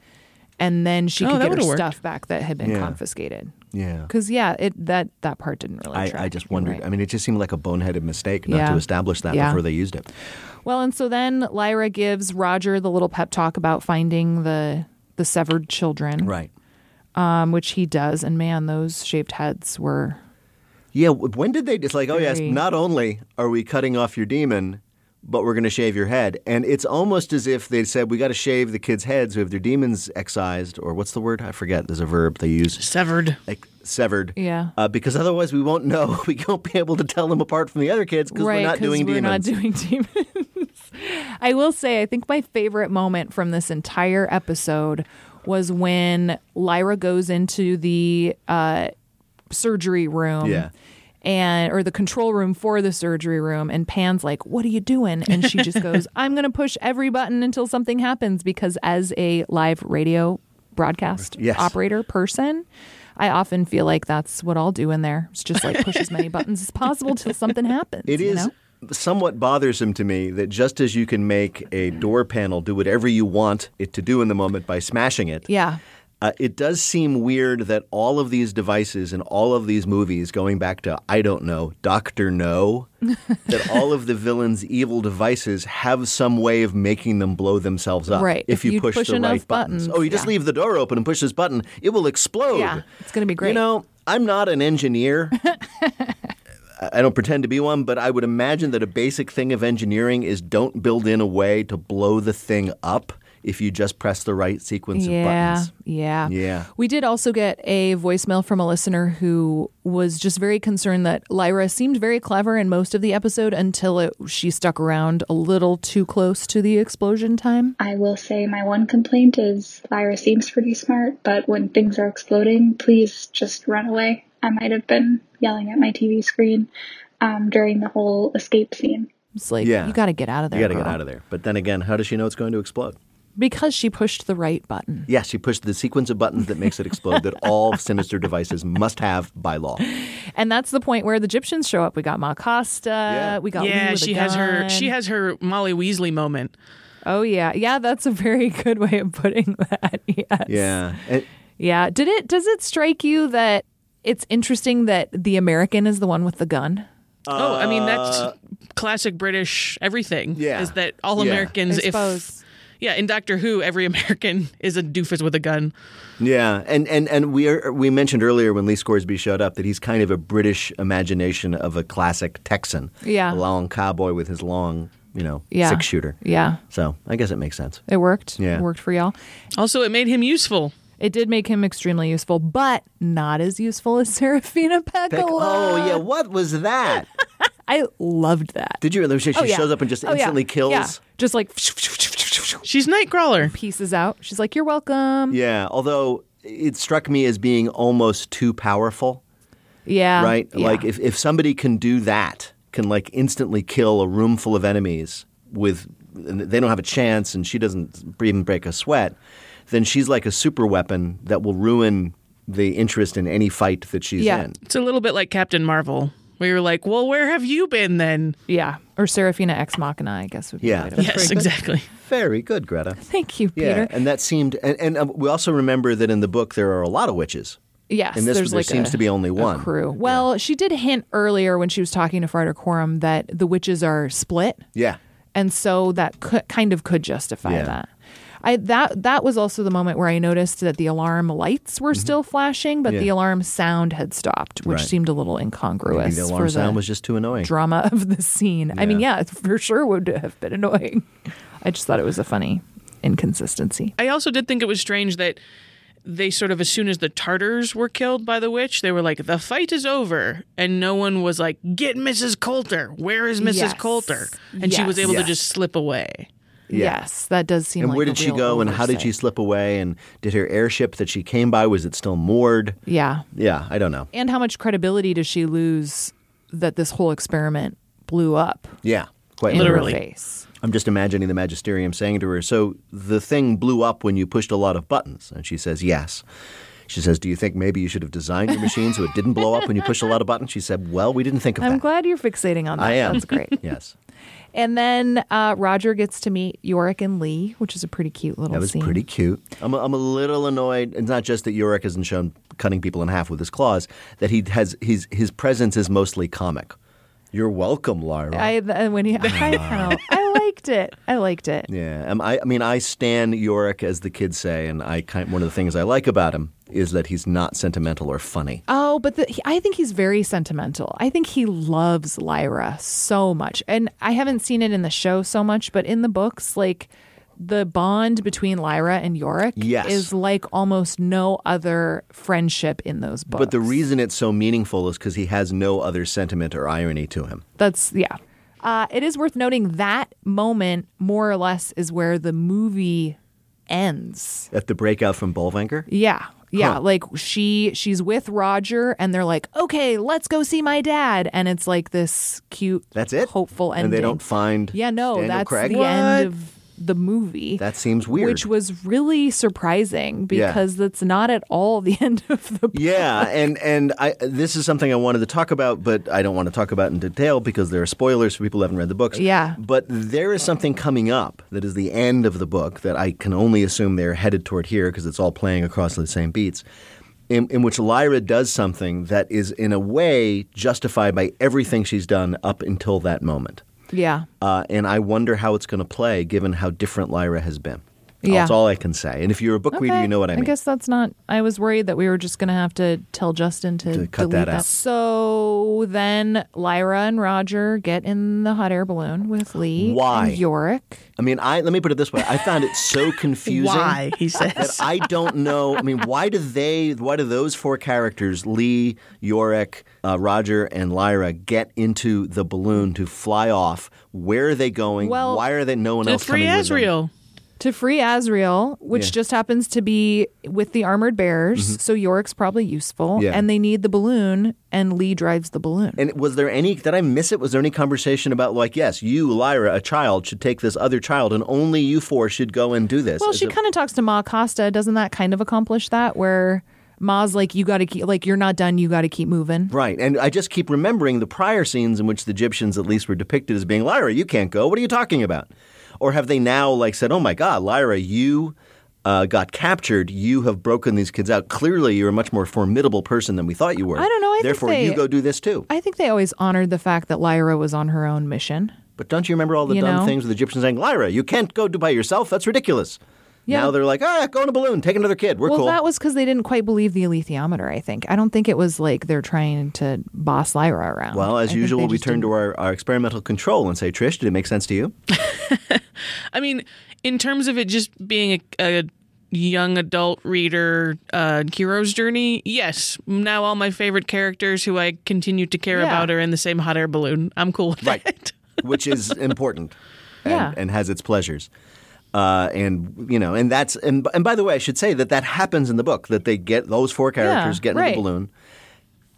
[SPEAKER 2] And then she
[SPEAKER 3] Oh,
[SPEAKER 2] could
[SPEAKER 3] that
[SPEAKER 2] get
[SPEAKER 3] would've
[SPEAKER 2] her
[SPEAKER 3] worked.
[SPEAKER 2] stuff back that had been
[SPEAKER 4] Yeah.
[SPEAKER 2] confiscated.
[SPEAKER 4] Yeah.
[SPEAKER 2] Because, yeah, it that, that part didn't really
[SPEAKER 4] I,
[SPEAKER 2] track.
[SPEAKER 4] I just wondered. I mean, it just seemed like a boneheaded mistake not
[SPEAKER 2] Yeah.
[SPEAKER 4] to establish that
[SPEAKER 2] Yeah.
[SPEAKER 4] before they used it.
[SPEAKER 2] Well, and so then Lyra gives Roger the little pep talk about finding the the severed children,
[SPEAKER 4] right?
[SPEAKER 2] Um, which he does, and man, those shaved heads were
[SPEAKER 4] Yeah. w- When did they? It's like, oh yes.
[SPEAKER 2] Very-
[SPEAKER 4] Not only are we cutting off your demon, but we're going to shave your head. And it's almost as if they said we got to shave the kids' heads who have their demons excised, or what's the word? I forget. There's a verb they use.
[SPEAKER 3] Severed.
[SPEAKER 4] Like, severed.
[SPEAKER 2] Yeah.
[SPEAKER 4] Uh, because otherwise we won't know. *laughs* We won't be able to tell them apart from the other kids because
[SPEAKER 2] right
[SPEAKER 4] we're not
[SPEAKER 2] 'cause
[SPEAKER 4] doing
[SPEAKER 2] we're
[SPEAKER 4] demons.
[SPEAKER 2] not doing *laughs* demons. I will say, I think my favorite moment from this entire episode was when Lyra goes into the uh, surgery room.
[SPEAKER 14] Yeah.
[SPEAKER 2] And or the control room for the surgery room, and Pan's like, "What are you doing?" And she just goes, "I'm going to push every button until something happens." Because as a live radio broadcast
[SPEAKER 14] Yes.
[SPEAKER 2] operator person, I often feel like that's what I'll do in there. It's just like push as many buttons as possible till something happens.
[SPEAKER 4] It
[SPEAKER 2] you
[SPEAKER 4] is
[SPEAKER 2] know?
[SPEAKER 4] somewhat bothersome to me that just as you can make a door panel do whatever you want it to do in the moment by smashing it,
[SPEAKER 2] Yeah.
[SPEAKER 4] uh, it does seem weird that all of these devices and all of these movies, going back to I don't know, Doctor
[SPEAKER 2] *laughs*
[SPEAKER 4] No, that all of the villains' evil devices have some way of making them blow themselves up.
[SPEAKER 2] Right.
[SPEAKER 4] If, you,
[SPEAKER 2] you
[SPEAKER 4] push, the
[SPEAKER 2] enough
[SPEAKER 4] right buttons.
[SPEAKER 2] buttons,
[SPEAKER 4] Oh, you just
[SPEAKER 2] yeah.
[SPEAKER 4] leave the door open and push this button, it will explode.
[SPEAKER 2] Yeah, it's going to be great.
[SPEAKER 4] You know, I'm not
[SPEAKER 2] *laughs*
[SPEAKER 4] an engineer. I- I don't pretend to be one, but I would imagine that a basic thing of engineering is don't build in a way to blow the thing up if you just press the right sequence
[SPEAKER 2] yeah,
[SPEAKER 4] of buttons.
[SPEAKER 2] yeah,
[SPEAKER 4] Yeah.
[SPEAKER 2] We did also get a voicemail from a listener who was just very concerned that Lyra seemed very clever in most of the episode until it, she stuck around a little too close to the explosion time.
[SPEAKER 14] I will say my one complaint is Lyra seems pretty smart, but when things are exploding, please just run away. I might have been yelling at my TV screen um, during the whole escape scene.
[SPEAKER 2] It's like
[SPEAKER 4] Yeah.
[SPEAKER 2] you got to get out of there.
[SPEAKER 4] You got to get
[SPEAKER 2] girl.
[SPEAKER 4] out of there. But then again, how does she know it's going to explode?
[SPEAKER 2] because she pushed the right button.
[SPEAKER 4] Yeah, she pushed the sequence of buttons that makes it explode that *laughs* all sinister devices must have by law.
[SPEAKER 2] And that's the point where the Egyptians show up. We got Makasta. We got
[SPEAKER 3] yeah,
[SPEAKER 2] Lee with a
[SPEAKER 3] she has her she
[SPEAKER 2] gun.
[SPEAKER 3] has her Molly Weasley moment.
[SPEAKER 2] Oh yeah, yeah. That's a very *laughs* good way of putting that. Yes.
[SPEAKER 4] Yeah. And-
[SPEAKER 2] Yeah. Did it? Does it strike you that it's interesting that the American is the one with the gun?
[SPEAKER 3] oh, I mean
[SPEAKER 4] Uh,
[SPEAKER 3] that's classic British everything.
[SPEAKER 4] Yeah.
[SPEAKER 3] is that all
[SPEAKER 4] Yeah.
[SPEAKER 3] Americans?
[SPEAKER 4] I suppose.
[SPEAKER 3] If yeah, in Doctor Who, every *laughs* American is a doofus with a gun.
[SPEAKER 4] Yeah, and and and we are, we mentioned earlier when Lee Scoresby showed up that he's kind of a British imagination of a classic Texan.
[SPEAKER 2] Yeah.
[SPEAKER 4] a long cowboy with his long, you know,
[SPEAKER 2] Yeah.
[SPEAKER 4] six shooter.
[SPEAKER 2] Yeah.
[SPEAKER 4] So I guess it makes sense.
[SPEAKER 2] It worked.
[SPEAKER 4] Yeah.
[SPEAKER 2] It worked for y'all.
[SPEAKER 3] Also, it made him useful.
[SPEAKER 2] It did make him extremely useful, but not as useful as *laughs* Serafina Peccola.
[SPEAKER 4] Peck- oh yeah, what was that?
[SPEAKER 2] I loved that.
[SPEAKER 4] Did you? She, she
[SPEAKER 2] Oh, yeah.
[SPEAKER 4] shows up and just
[SPEAKER 2] Oh, yeah.
[SPEAKER 4] instantly kills.
[SPEAKER 2] Yeah. Just like *laughs*
[SPEAKER 3] she's Nightcrawler.
[SPEAKER 2] Pieces out. She's like, "You're welcome."
[SPEAKER 4] Yeah, although it struck me as being almost too powerful,
[SPEAKER 2] Yeah.
[SPEAKER 4] right?
[SPEAKER 2] Yeah.
[SPEAKER 4] Like if, if somebody can do that, can like instantly kill a room full of enemies with they don't have a chance and she doesn't even break a sweat, then she's like a super weapon that will ruin the interest in any fight that she's in.
[SPEAKER 3] It's a little bit like Captain Marvel, where you're like, well, where have you been then?
[SPEAKER 2] Yeah. Or Serafina Ex Machina, I guess would be
[SPEAKER 4] Yeah.
[SPEAKER 2] the way to
[SPEAKER 4] Yes,
[SPEAKER 2] put it.
[SPEAKER 3] exactly.
[SPEAKER 4] Very good, Greta.
[SPEAKER 2] Thank you,
[SPEAKER 4] Yeah,
[SPEAKER 2] Peter.
[SPEAKER 4] and that seemed, and, and um, we also remember that in the book there are a lot of witches.
[SPEAKER 2] Yes,
[SPEAKER 4] and this
[SPEAKER 2] there's
[SPEAKER 4] there
[SPEAKER 2] like
[SPEAKER 4] seems
[SPEAKER 2] a-
[SPEAKER 4] to be only
[SPEAKER 2] a
[SPEAKER 4] one
[SPEAKER 2] crew. Well, she did hint earlier when she was talking to Friar Quorum that the witches are split,
[SPEAKER 4] Yeah,
[SPEAKER 2] and so that could, kind of could justify
[SPEAKER 4] Yeah.
[SPEAKER 2] that. I that that was also the moment where I noticed that the alarm lights were still flashing, but
[SPEAKER 4] Mm-hmm. Yeah.
[SPEAKER 2] the alarm sound had stopped, which
[SPEAKER 4] Right.
[SPEAKER 2] seemed a little incongruous.
[SPEAKER 4] Maybe the alarm
[SPEAKER 2] for
[SPEAKER 4] sound was just too annoying.
[SPEAKER 2] Drama of the scene. I mean, yeah, it for sure would have been annoying. I just thought it was a funny inconsistency.
[SPEAKER 3] I also did think it was strange that they sort of, as soon as the Tartars were killed by the witch, they were like, the fight is over. And no one was like, get Mrs. Coulter. Where is Mrs.
[SPEAKER 2] Yes.
[SPEAKER 3] Coulter? And she was
[SPEAKER 2] Yes.
[SPEAKER 3] able
[SPEAKER 4] Yes.
[SPEAKER 3] to just slip away.
[SPEAKER 4] Yeah.
[SPEAKER 2] Yes, that does seem.
[SPEAKER 4] and
[SPEAKER 2] like
[SPEAKER 4] where
[SPEAKER 2] a
[SPEAKER 4] did she
[SPEAKER 2] real
[SPEAKER 4] go and how did
[SPEAKER 2] oversight.
[SPEAKER 4] she slip away and did her airship that she came by was it still moored
[SPEAKER 2] Yeah.
[SPEAKER 4] yeah i don't know
[SPEAKER 2] And how much credibility does she lose that this whole experiment blew up
[SPEAKER 4] yeah quite
[SPEAKER 2] in her
[SPEAKER 4] literally,
[SPEAKER 2] face?
[SPEAKER 4] i'm just imagining the magisterium saying to her so the thing blew up when you pushed a lot of buttons and she says yes she says do you think maybe you should have designed your machine so it didn't blow up when you pushed a lot of buttons she said well we didn't think of
[SPEAKER 2] I'm
[SPEAKER 4] that
[SPEAKER 2] glad you're fixating on that.
[SPEAKER 4] i am
[SPEAKER 2] That's great.
[SPEAKER 4] *laughs* yes
[SPEAKER 2] And then uh, Roger gets to meet Yorick and Lee, which is a pretty cute little
[SPEAKER 4] that was
[SPEAKER 2] scene.
[SPEAKER 4] pretty cute I'm a, I'm a little annoyed it's not just that yorick isn't shown cutting people in half with his claws that he has his, his presence is mostly comic you're welcome lyra
[SPEAKER 2] I th- when he, *laughs* I don't know. I liked it. I liked it.
[SPEAKER 4] Yeah, um, I, I mean, I stan Yorick, as the kids say, and I kind one of the things I like about him is that he's not sentimental or funny.
[SPEAKER 2] Oh, but the, he- I think he's very sentimental. I think he loves Lyra so much. And I haven't seen it in the show so much, but in the books, like the bond between Lyra and Yorick
[SPEAKER 4] Yes.
[SPEAKER 2] is like almost no other friendship in those books.
[SPEAKER 4] But the reason it's so meaningful is because he has no other sentiment or irony to him.
[SPEAKER 2] That's, yeah. Uh, it is worth noting that moment, more or less, is where the movie ends.
[SPEAKER 4] At the breakout from Bolvanker,
[SPEAKER 2] Yeah. Yeah,
[SPEAKER 4] Huh.
[SPEAKER 2] like she she's with Roger and they're like, "Okay, let's go see my dad." And it's like this cute
[SPEAKER 4] that's it.
[SPEAKER 2] Hopeful ending.
[SPEAKER 4] and they don't find.
[SPEAKER 2] Yeah, no,
[SPEAKER 4] Daniel
[SPEAKER 2] that's
[SPEAKER 4] Craig?
[SPEAKER 2] the
[SPEAKER 4] What?
[SPEAKER 2] end of the movie.
[SPEAKER 4] That seems weird.
[SPEAKER 2] Which was really surprising
[SPEAKER 4] Yeah.
[SPEAKER 2] because that's not at all the *laughs* end of the *laughs*
[SPEAKER 4] yeah, and and I this is something I wanted to talk about, but I don't want to talk about in detail because there are spoilers for people who haven't read the books.
[SPEAKER 2] Yeah.
[SPEAKER 4] But there is something coming up that is the end of the book that I can only assume they're headed toward here because it's all playing across the same beats. In, in which Lyra does something that is, in a way, justified by everything she's done up until that moment.
[SPEAKER 2] Yeah.
[SPEAKER 4] Uh, and I wonder how it's going to play given how different Lyra has been.
[SPEAKER 2] Yeah.
[SPEAKER 4] That's all I can say. And if you're a book reader,
[SPEAKER 2] Okay.
[SPEAKER 4] you know what I mean.
[SPEAKER 2] guess that's not. I was worried that we were just going to have to tell Justin to,
[SPEAKER 4] To cut
[SPEAKER 2] delete
[SPEAKER 4] that
[SPEAKER 2] that,
[SPEAKER 4] out.
[SPEAKER 2] So then Lyra and Roger get in the hot air balloon with Lee.
[SPEAKER 4] Why?
[SPEAKER 2] And Yorick.
[SPEAKER 4] I mean, I let me put it this way. I found it
[SPEAKER 2] *laughs*
[SPEAKER 4] so confusing.
[SPEAKER 3] Why, he says.
[SPEAKER 4] that I don't know. I mean, why do they? Why do those four characters, Lee, Yorick, uh, Roger, and Lyra, get into the balloon to fly off? Where are they going?
[SPEAKER 2] Well,
[SPEAKER 4] why are they? No one
[SPEAKER 2] to
[SPEAKER 4] else.
[SPEAKER 2] free
[SPEAKER 4] coming with them?
[SPEAKER 2] Azrael. To free Azrael, which
[SPEAKER 4] Yeah.
[SPEAKER 2] just happens to be with the armored bearers.
[SPEAKER 4] Mhm.
[SPEAKER 2] So Yorick's probably useful.
[SPEAKER 4] Yeah.
[SPEAKER 2] And they need the balloon, and Lee drives the balloon.
[SPEAKER 4] And was there any? Did I miss it? Was there any conversation about like, yes, you, Lyra, a child, should take this other child, and only you four should go and do this?
[SPEAKER 2] Well,
[SPEAKER 4] Is
[SPEAKER 2] she
[SPEAKER 4] it-
[SPEAKER 2] kind of talks to Ma Costa. Doesn't that kind of accomplish that? Where Ma's like, you got to keep, like, you're not done. You got to keep moving.
[SPEAKER 4] Right. And I just keep remembering the prior scenes in which the Egyptians at least were depicted as being Lyra, you can't go. What are you talking about? Or have they now like said, "Oh my god, Lyra, you uh, got captured. You have broken these kids out. Clearly, you're a much more formidable person than we thought you were.
[SPEAKER 2] I don't know. I think
[SPEAKER 4] Therefore,
[SPEAKER 2] they-
[SPEAKER 4] you go do this too."
[SPEAKER 2] I think they always honored the fact that Lyra was on her own mission.
[SPEAKER 4] But don't you remember all the
[SPEAKER 2] You
[SPEAKER 4] dumb
[SPEAKER 2] know?
[SPEAKER 4] things with the Egyptians saying, "Lyra, you can't go do by yourself. That's ridiculous."
[SPEAKER 2] Yeah.
[SPEAKER 4] Now they're like, "Ah, go in a balloon, take another kid. We're
[SPEAKER 2] well,
[SPEAKER 4] cool."
[SPEAKER 2] that was because they didn't quite believe the alethiometer, I think. I don't think it was like they're trying to boss Lyra around.
[SPEAKER 4] well,
[SPEAKER 2] I
[SPEAKER 4] as
[SPEAKER 2] think
[SPEAKER 4] usual,
[SPEAKER 2] they
[SPEAKER 4] we
[SPEAKER 2] just
[SPEAKER 4] turn
[SPEAKER 2] didn't-
[SPEAKER 4] to our, our experimental control and say, "Trish, did it make sense to you?"
[SPEAKER 3] I mean, in terms of it just being a, a young adult reader uh, hero's journey, yes. Now all my favorite characters who I continue to care
[SPEAKER 4] Yeah.
[SPEAKER 3] about are in the same hot air balloon. I'm cool with that. *laughs*
[SPEAKER 4] which is important and,
[SPEAKER 3] Yeah.
[SPEAKER 4] and has its pleasures. Uh, and you know, and that's and and by the way, I should say that that happens in the book that they get those four characters
[SPEAKER 1] Yeah,
[SPEAKER 4] get into
[SPEAKER 1] right.
[SPEAKER 4] the balloon.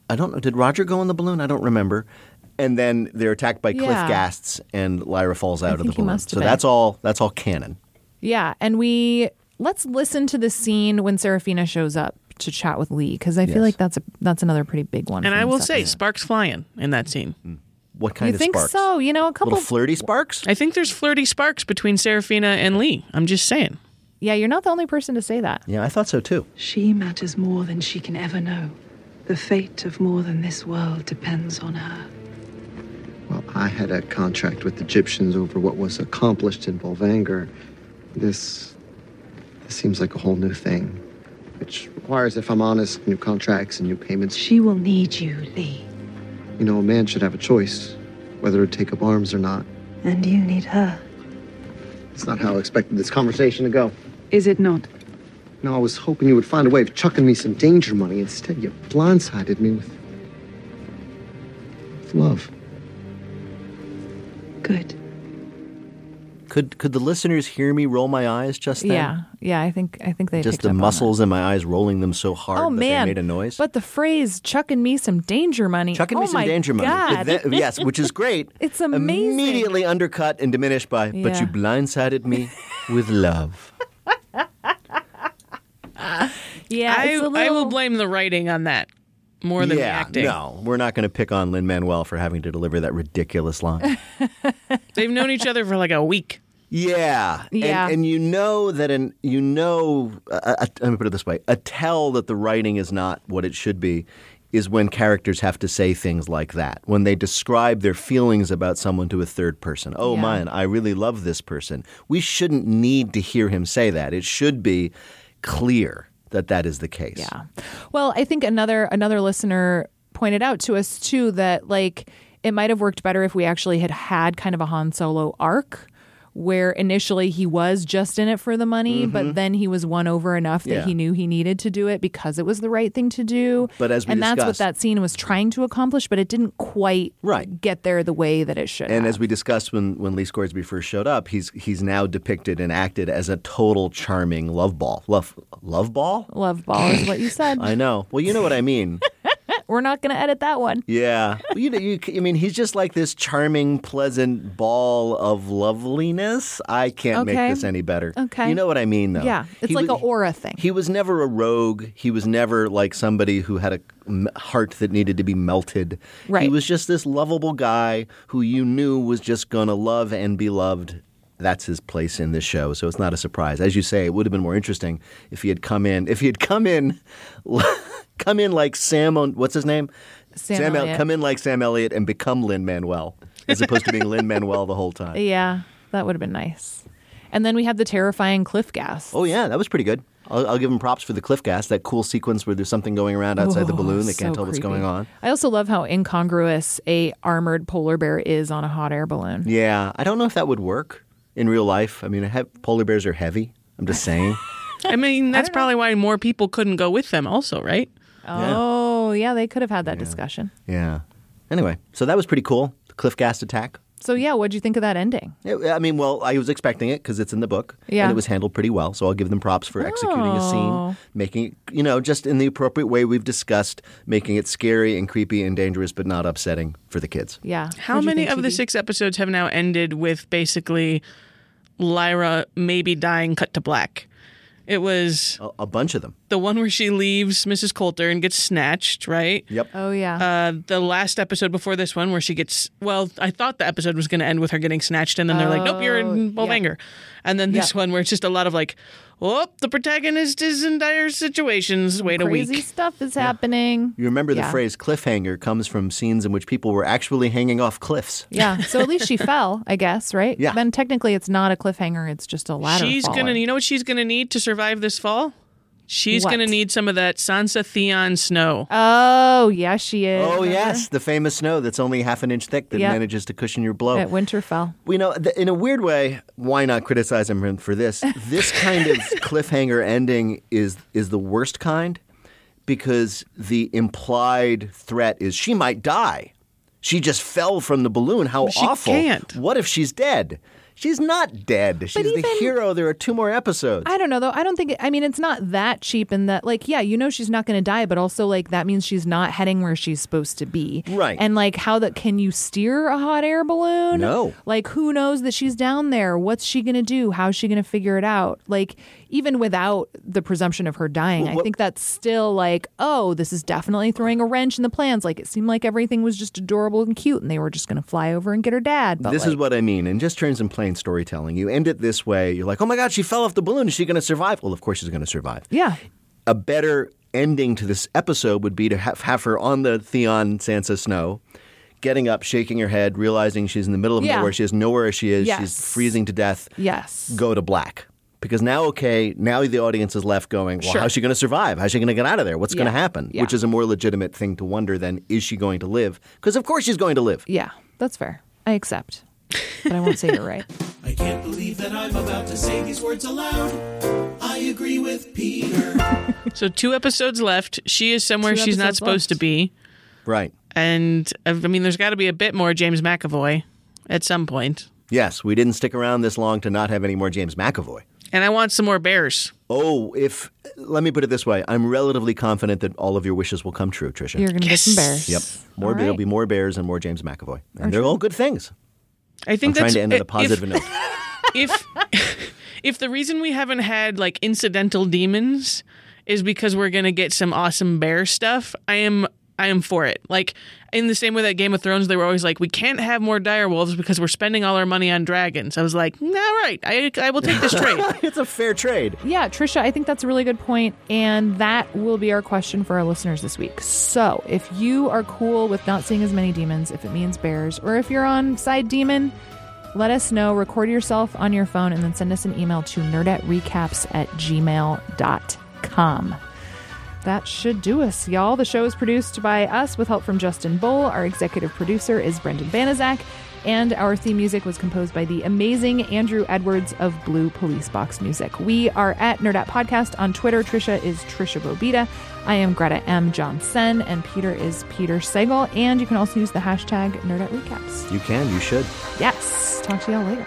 [SPEAKER 4] I don't know. Did Roger go in the balloon? I don't remember. And then they're attacked by cliff
[SPEAKER 2] Yeah.
[SPEAKER 4] gasts, and Lyra falls out of the
[SPEAKER 2] think he
[SPEAKER 4] balloon.
[SPEAKER 2] must have
[SPEAKER 4] So
[SPEAKER 2] been.
[SPEAKER 4] that's all. That's all canon.
[SPEAKER 2] Yeah, and we let's listen to the scene when Serafina shows up to chat with Lee because I
[SPEAKER 3] Yes.
[SPEAKER 2] feel like that's a that's another pretty big one.
[SPEAKER 3] And
[SPEAKER 2] from
[SPEAKER 3] I will
[SPEAKER 2] this
[SPEAKER 3] say,
[SPEAKER 2] episode.
[SPEAKER 3] sparks flying in that scene.
[SPEAKER 4] Mm. What
[SPEAKER 2] you think so? You know, a couple
[SPEAKER 4] sparks?
[SPEAKER 3] I think there's flirty sparks between Serafina and Lee. I'm just saying.
[SPEAKER 2] Yeah, you're not the only person to say that.
[SPEAKER 4] Yeah, I thought so too.
[SPEAKER 9] She matters more than she can ever know. The fate of more than this world depends on her.
[SPEAKER 15] I had a contract with the Egyptians over what was accomplished in Volvanger. This, this seems like a whole new thing, which requires, if I'm honest, new contracts and new payments.
[SPEAKER 9] She will need you, Lee,
[SPEAKER 15] You know, a man should have a choice whether to take up arms or not.
[SPEAKER 9] and you need her.
[SPEAKER 15] It's not how I expected this conversation to go.
[SPEAKER 9] Is it not?
[SPEAKER 15] No, I was hoping you would find a way of chucking me some danger money. Instead, you blindsided me with, with love.
[SPEAKER 9] Good.
[SPEAKER 4] Could could the listeners hear me roll my eyes just then?
[SPEAKER 2] Yeah, yeah, I think I think they
[SPEAKER 4] Just
[SPEAKER 2] picked
[SPEAKER 4] the
[SPEAKER 2] up on
[SPEAKER 4] muscles in my eyes rolling them so
[SPEAKER 2] that.
[SPEAKER 4] hard
[SPEAKER 2] Oh
[SPEAKER 4] that
[SPEAKER 2] man,
[SPEAKER 4] they made a noise.
[SPEAKER 2] But the phrase "chucking me some danger money,"
[SPEAKER 4] Chucking
[SPEAKER 2] oh
[SPEAKER 4] me some
[SPEAKER 2] my
[SPEAKER 4] danger money.
[SPEAKER 2] God.
[SPEAKER 4] But then- yes, which is great.
[SPEAKER 2] It's amazing.
[SPEAKER 4] Immediately undercut and diminished by, but
[SPEAKER 2] Yeah.
[SPEAKER 4] you
[SPEAKER 2] *laughs*
[SPEAKER 4] blindsided me with love.
[SPEAKER 2] *laughs* Yeah,
[SPEAKER 3] I,
[SPEAKER 2] it's a
[SPEAKER 3] I will
[SPEAKER 2] little-
[SPEAKER 3] blame the writing on that more than
[SPEAKER 4] yeah,
[SPEAKER 3] the acting.
[SPEAKER 4] No, we're not going to pick on Lin Manuel for having to deliver that ridiculous line.
[SPEAKER 3] They've known each other for like a week.
[SPEAKER 4] yeah.
[SPEAKER 3] Yeah.
[SPEAKER 4] And, and you know that an you know uh, uh, let me put it this way, a tell that the writing is not what it should be is when characters have to say things like that. When they describe their feelings about someone to a third person. Oh
[SPEAKER 1] Yeah.
[SPEAKER 4] man, I really love this person. We shouldn't need to hear him say that. It should be clear that that is the case. Yeah.
[SPEAKER 2] Well, I think another another listener pointed out to us too that like it might have worked better if we actually had had kind of a Han Solo arc where initially he was just in it for the money, but then he was won over enough that
[SPEAKER 4] Mm-hmm. Yeah.
[SPEAKER 2] he knew he needed to do it because it was the right thing to do.
[SPEAKER 4] But as we
[SPEAKER 2] and that's what
[SPEAKER 4] discussed-
[SPEAKER 2] that scene was trying to accomplish, but it didn't quite
[SPEAKER 4] Right.
[SPEAKER 2] get there the way that it should.
[SPEAKER 4] And as we discussed when, when Lee Scoresby first showed up, he's he's now depicted and acted as a total charming love ball. Love love ball? *coughs*
[SPEAKER 2] Love ball is what you said.
[SPEAKER 4] I know. Well, you know what I mean.
[SPEAKER 2] We're not going to edit that one.
[SPEAKER 4] Yeah, you know, you, I mean, he's just like this charming, pleasant ball of loveliness. I can't
[SPEAKER 2] Okay.
[SPEAKER 4] make this any better.
[SPEAKER 2] Okay.
[SPEAKER 4] you know what I mean, though.
[SPEAKER 2] Yeah, it's
[SPEAKER 4] He
[SPEAKER 2] like
[SPEAKER 4] wa-
[SPEAKER 2] an aura thing.
[SPEAKER 4] He was never a rogue. He was never like somebody who had a m- heart that needed to be melted. He
[SPEAKER 2] Right.
[SPEAKER 4] was just this lovable guy who you knew was just going to love and be loved. That's his place in this show. So it's not a surprise. As you say, it would have been more interesting if he had come in. If he had come in *laughs* come in like Sam on what's his name?
[SPEAKER 2] Sam
[SPEAKER 4] El-
[SPEAKER 2] Elliott.
[SPEAKER 4] come in like Sam Elliott and become Lin Manuel as opposed to being Lin Manuel the whole
[SPEAKER 2] *laughs*
[SPEAKER 4] time.
[SPEAKER 2] Yeah, that would have been nice. And then we had the terrifying cliff gas.
[SPEAKER 4] Oh yeah, that was pretty good. I'll, I'll give him props for the cliff gas, that cool sequence where there's something going around outside the
[SPEAKER 2] Oh,
[SPEAKER 4] balloon. They
[SPEAKER 2] so
[SPEAKER 4] can't tell what's
[SPEAKER 2] creepy.
[SPEAKER 4] going on.
[SPEAKER 2] I also love how incongruous a armored polar bear is on a hot air balloon.
[SPEAKER 4] Yeah, I don't know if that would work in real life. I mean, he- polar bears are heavy. I'm
[SPEAKER 2] *laughs*
[SPEAKER 4] just saying.
[SPEAKER 3] I mean, that's probably why more people couldn't go with them, also, right?
[SPEAKER 2] Oh, yeah, they could have had that discussion.
[SPEAKER 4] yeah. Anyway, so that was pretty cool. The cliff gas attack.
[SPEAKER 2] So yeah, what'd you think of that ending?
[SPEAKER 4] It- I mean, well, I was expecting it because it's in the book,
[SPEAKER 2] Yeah.
[SPEAKER 4] and it was handled pretty well. So I'll give them props for executing a
[SPEAKER 2] Oh.
[SPEAKER 4] scene, making it, you know, just in the appropriate way we've discussed, making it scary and creepy and dangerous, but not upsetting for the kids.
[SPEAKER 2] Yeah.
[SPEAKER 3] How
[SPEAKER 2] What'd you
[SPEAKER 3] many
[SPEAKER 2] think,
[SPEAKER 3] of the
[SPEAKER 2] TB?
[SPEAKER 3] six episodes have now ended with basically Lyra maybe dying cut to black? It was
[SPEAKER 4] a, bunch of them.
[SPEAKER 3] The one where she leaves Mrs. Coulter and gets snatched, right?
[SPEAKER 4] Yep.
[SPEAKER 2] Oh yeah.
[SPEAKER 3] Uh, the last episode before this one where she gets well, I thought the episode was going to end with her getting snatched, and then they're like, "Nope, you're
[SPEAKER 2] Oh,
[SPEAKER 3] in Bolvanger," and then this
[SPEAKER 2] Yeah.
[SPEAKER 3] one where it's just a lot of like, "Oh, the protagonist is in dire situations. Wait a
[SPEAKER 2] Crazy
[SPEAKER 3] week."
[SPEAKER 2] stuff is happening.
[SPEAKER 4] You remember the
[SPEAKER 2] Yeah.
[SPEAKER 4] phrase cliffhanger comes from scenes in which people were actually hanging off cliffs.
[SPEAKER 2] Yeah. So at
[SPEAKER 4] *laughs*
[SPEAKER 2] least she fell, I guess, right? Yeah. Then technically it's not a cliffhanger, it's just a ladder.
[SPEAKER 3] She's
[SPEAKER 2] faller.
[SPEAKER 3] gonna, you know, what she's gonna need to survive this fall. She's
[SPEAKER 2] What?
[SPEAKER 3] gonna need some of that Sansa Theon snow.
[SPEAKER 2] Oh, yeah, she is.
[SPEAKER 4] Oh, yes, the famous snow that's only half an inch thick that
[SPEAKER 2] Yeah.
[SPEAKER 4] manages to cushion your blow.
[SPEAKER 2] At Winterfell.
[SPEAKER 4] We know, th- in a weird way, why not criticize him
[SPEAKER 3] *laughs*
[SPEAKER 4] for this? This kind of cliffhanger ending is is the worst kind because the implied threat is she might die. She just fell from the balloon. How
[SPEAKER 3] She
[SPEAKER 4] awful!
[SPEAKER 3] can't.
[SPEAKER 4] What if she's dead? She's not dead. She's the hero. There are two more episodes.
[SPEAKER 2] I don't know though. I don't think. It, I mean, it's not that cheap in that, like, yeah, you know, she's not going to die, but also like that means she's not heading where she's supposed to be,
[SPEAKER 4] Right.
[SPEAKER 2] And like, how that can you steer a hot air balloon?
[SPEAKER 4] No.
[SPEAKER 2] Like, who knows that she's down there? What's she going to do? How's she going to figure it out? Like, even without the presumption of her dying,
[SPEAKER 4] Well,
[SPEAKER 2] I
[SPEAKER 4] what-
[SPEAKER 2] think that's still like, oh, this is definitely throwing a wrench in the plans. Like, it seemed like everything was just adorable and cute, and they were just going to fly over and get her dad. But
[SPEAKER 4] this
[SPEAKER 2] like,
[SPEAKER 4] is what I mean. In just terms in plain storytelling, you end it this way. You're like, oh my God, she fell off the balloon. Is she going to survive? Well, of course she's going to survive.
[SPEAKER 2] yeah.
[SPEAKER 4] A better ending to this episode would be to have, have her on the Theon Sansa Snow, getting up, shaking her head, realizing she's in the middle of
[SPEAKER 2] Yeah.
[SPEAKER 4] nowhere. She has nowhere she is.
[SPEAKER 2] Yes.
[SPEAKER 4] She's freezing to death.
[SPEAKER 2] Yes.
[SPEAKER 4] Go to black. Because now, okay, now the audience is left going, well,
[SPEAKER 2] Sure.
[SPEAKER 4] how's she going to survive? How's she going to get out of there? What's going
[SPEAKER 2] Yeah.
[SPEAKER 4] to happen?
[SPEAKER 2] Yeah.
[SPEAKER 4] Which is a more legitimate thing to wonder than, is she going to live? Because of course she's going to live.
[SPEAKER 2] Yeah, that's fair. I accept. But I won't say you're
[SPEAKER 4] *laughs*
[SPEAKER 2] right.
[SPEAKER 16] I can't believe that I'm about to say these words aloud. I agree with Peter.
[SPEAKER 3] so two episodes left. She is somewhere
[SPEAKER 16] Two
[SPEAKER 3] she's not
[SPEAKER 16] episodes
[SPEAKER 3] supposed to
[SPEAKER 16] left.
[SPEAKER 3] be.
[SPEAKER 4] Right.
[SPEAKER 3] And uh, I mean, there's got to be a bit more James McAvoy at some point.
[SPEAKER 4] Yes, we didn't stick around this long to not have any more James McAvoy.
[SPEAKER 3] And I want some more bears.
[SPEAKER 4] Oh, if let me put it this way, I'm relatively confident that all of your wishes will come true, Tricia.
[SPEAKER 3] You're gonna get some Yes. bears.
[SPEAKER 4] Yep, more
[SPEAKER 3] All
[SPEAKER 4] there'll
[SPEAKER 3] right.
[SPEAKER 4] be more bears and more James McAvoy, and they're all good things.
[SPEAKER 3] I think
[SPEAKER 4] I'm trying
[SPEAKER 3] that's
[SPEAKER 4] to end on a
[SPEAKER 3] if-
[SPEAKER 4] positive note. *laughs*
[SPEAKER 3] if if *laughs* the reason we haven't had like incidental demons is because we're gonna get some awesome bear stuff, I am I am for it. Like in the same way that Game of Thrones, they were always like, we can't have more direwolves because we're spending all our money on dragons. I was like, all right, I I will take this trade.
[SPEAKER 4] it's a fair trade.
[SPEAKER 2] Yeah, Trisha, I think that's a really good point, and that will be our question for our listeners this week. So, if you are cool with not seeing as many demons, if it means bears, or if you're on side demon, let us know. Record yourself on your phone and then send us an email to nerdatrecaps at gmail.com. That should do us, y'all. The show is produced by us with help from Justin Bull. Our executive producer is Brendan Banizak. And our theme music was composed by the amazing Andrew Edwards of Blue Police Box Music. We are at Nerd Out Podcast on Twitter. Trisha is Trisha Bobita. I am Greta M. Johnson, and Peter is Peter Segel. And you can also use the hashtag Nerd Out Recaps.
[SPEAKER 4] You can, you should.
[SPEAKER 2] Yes. Talk to y'all later.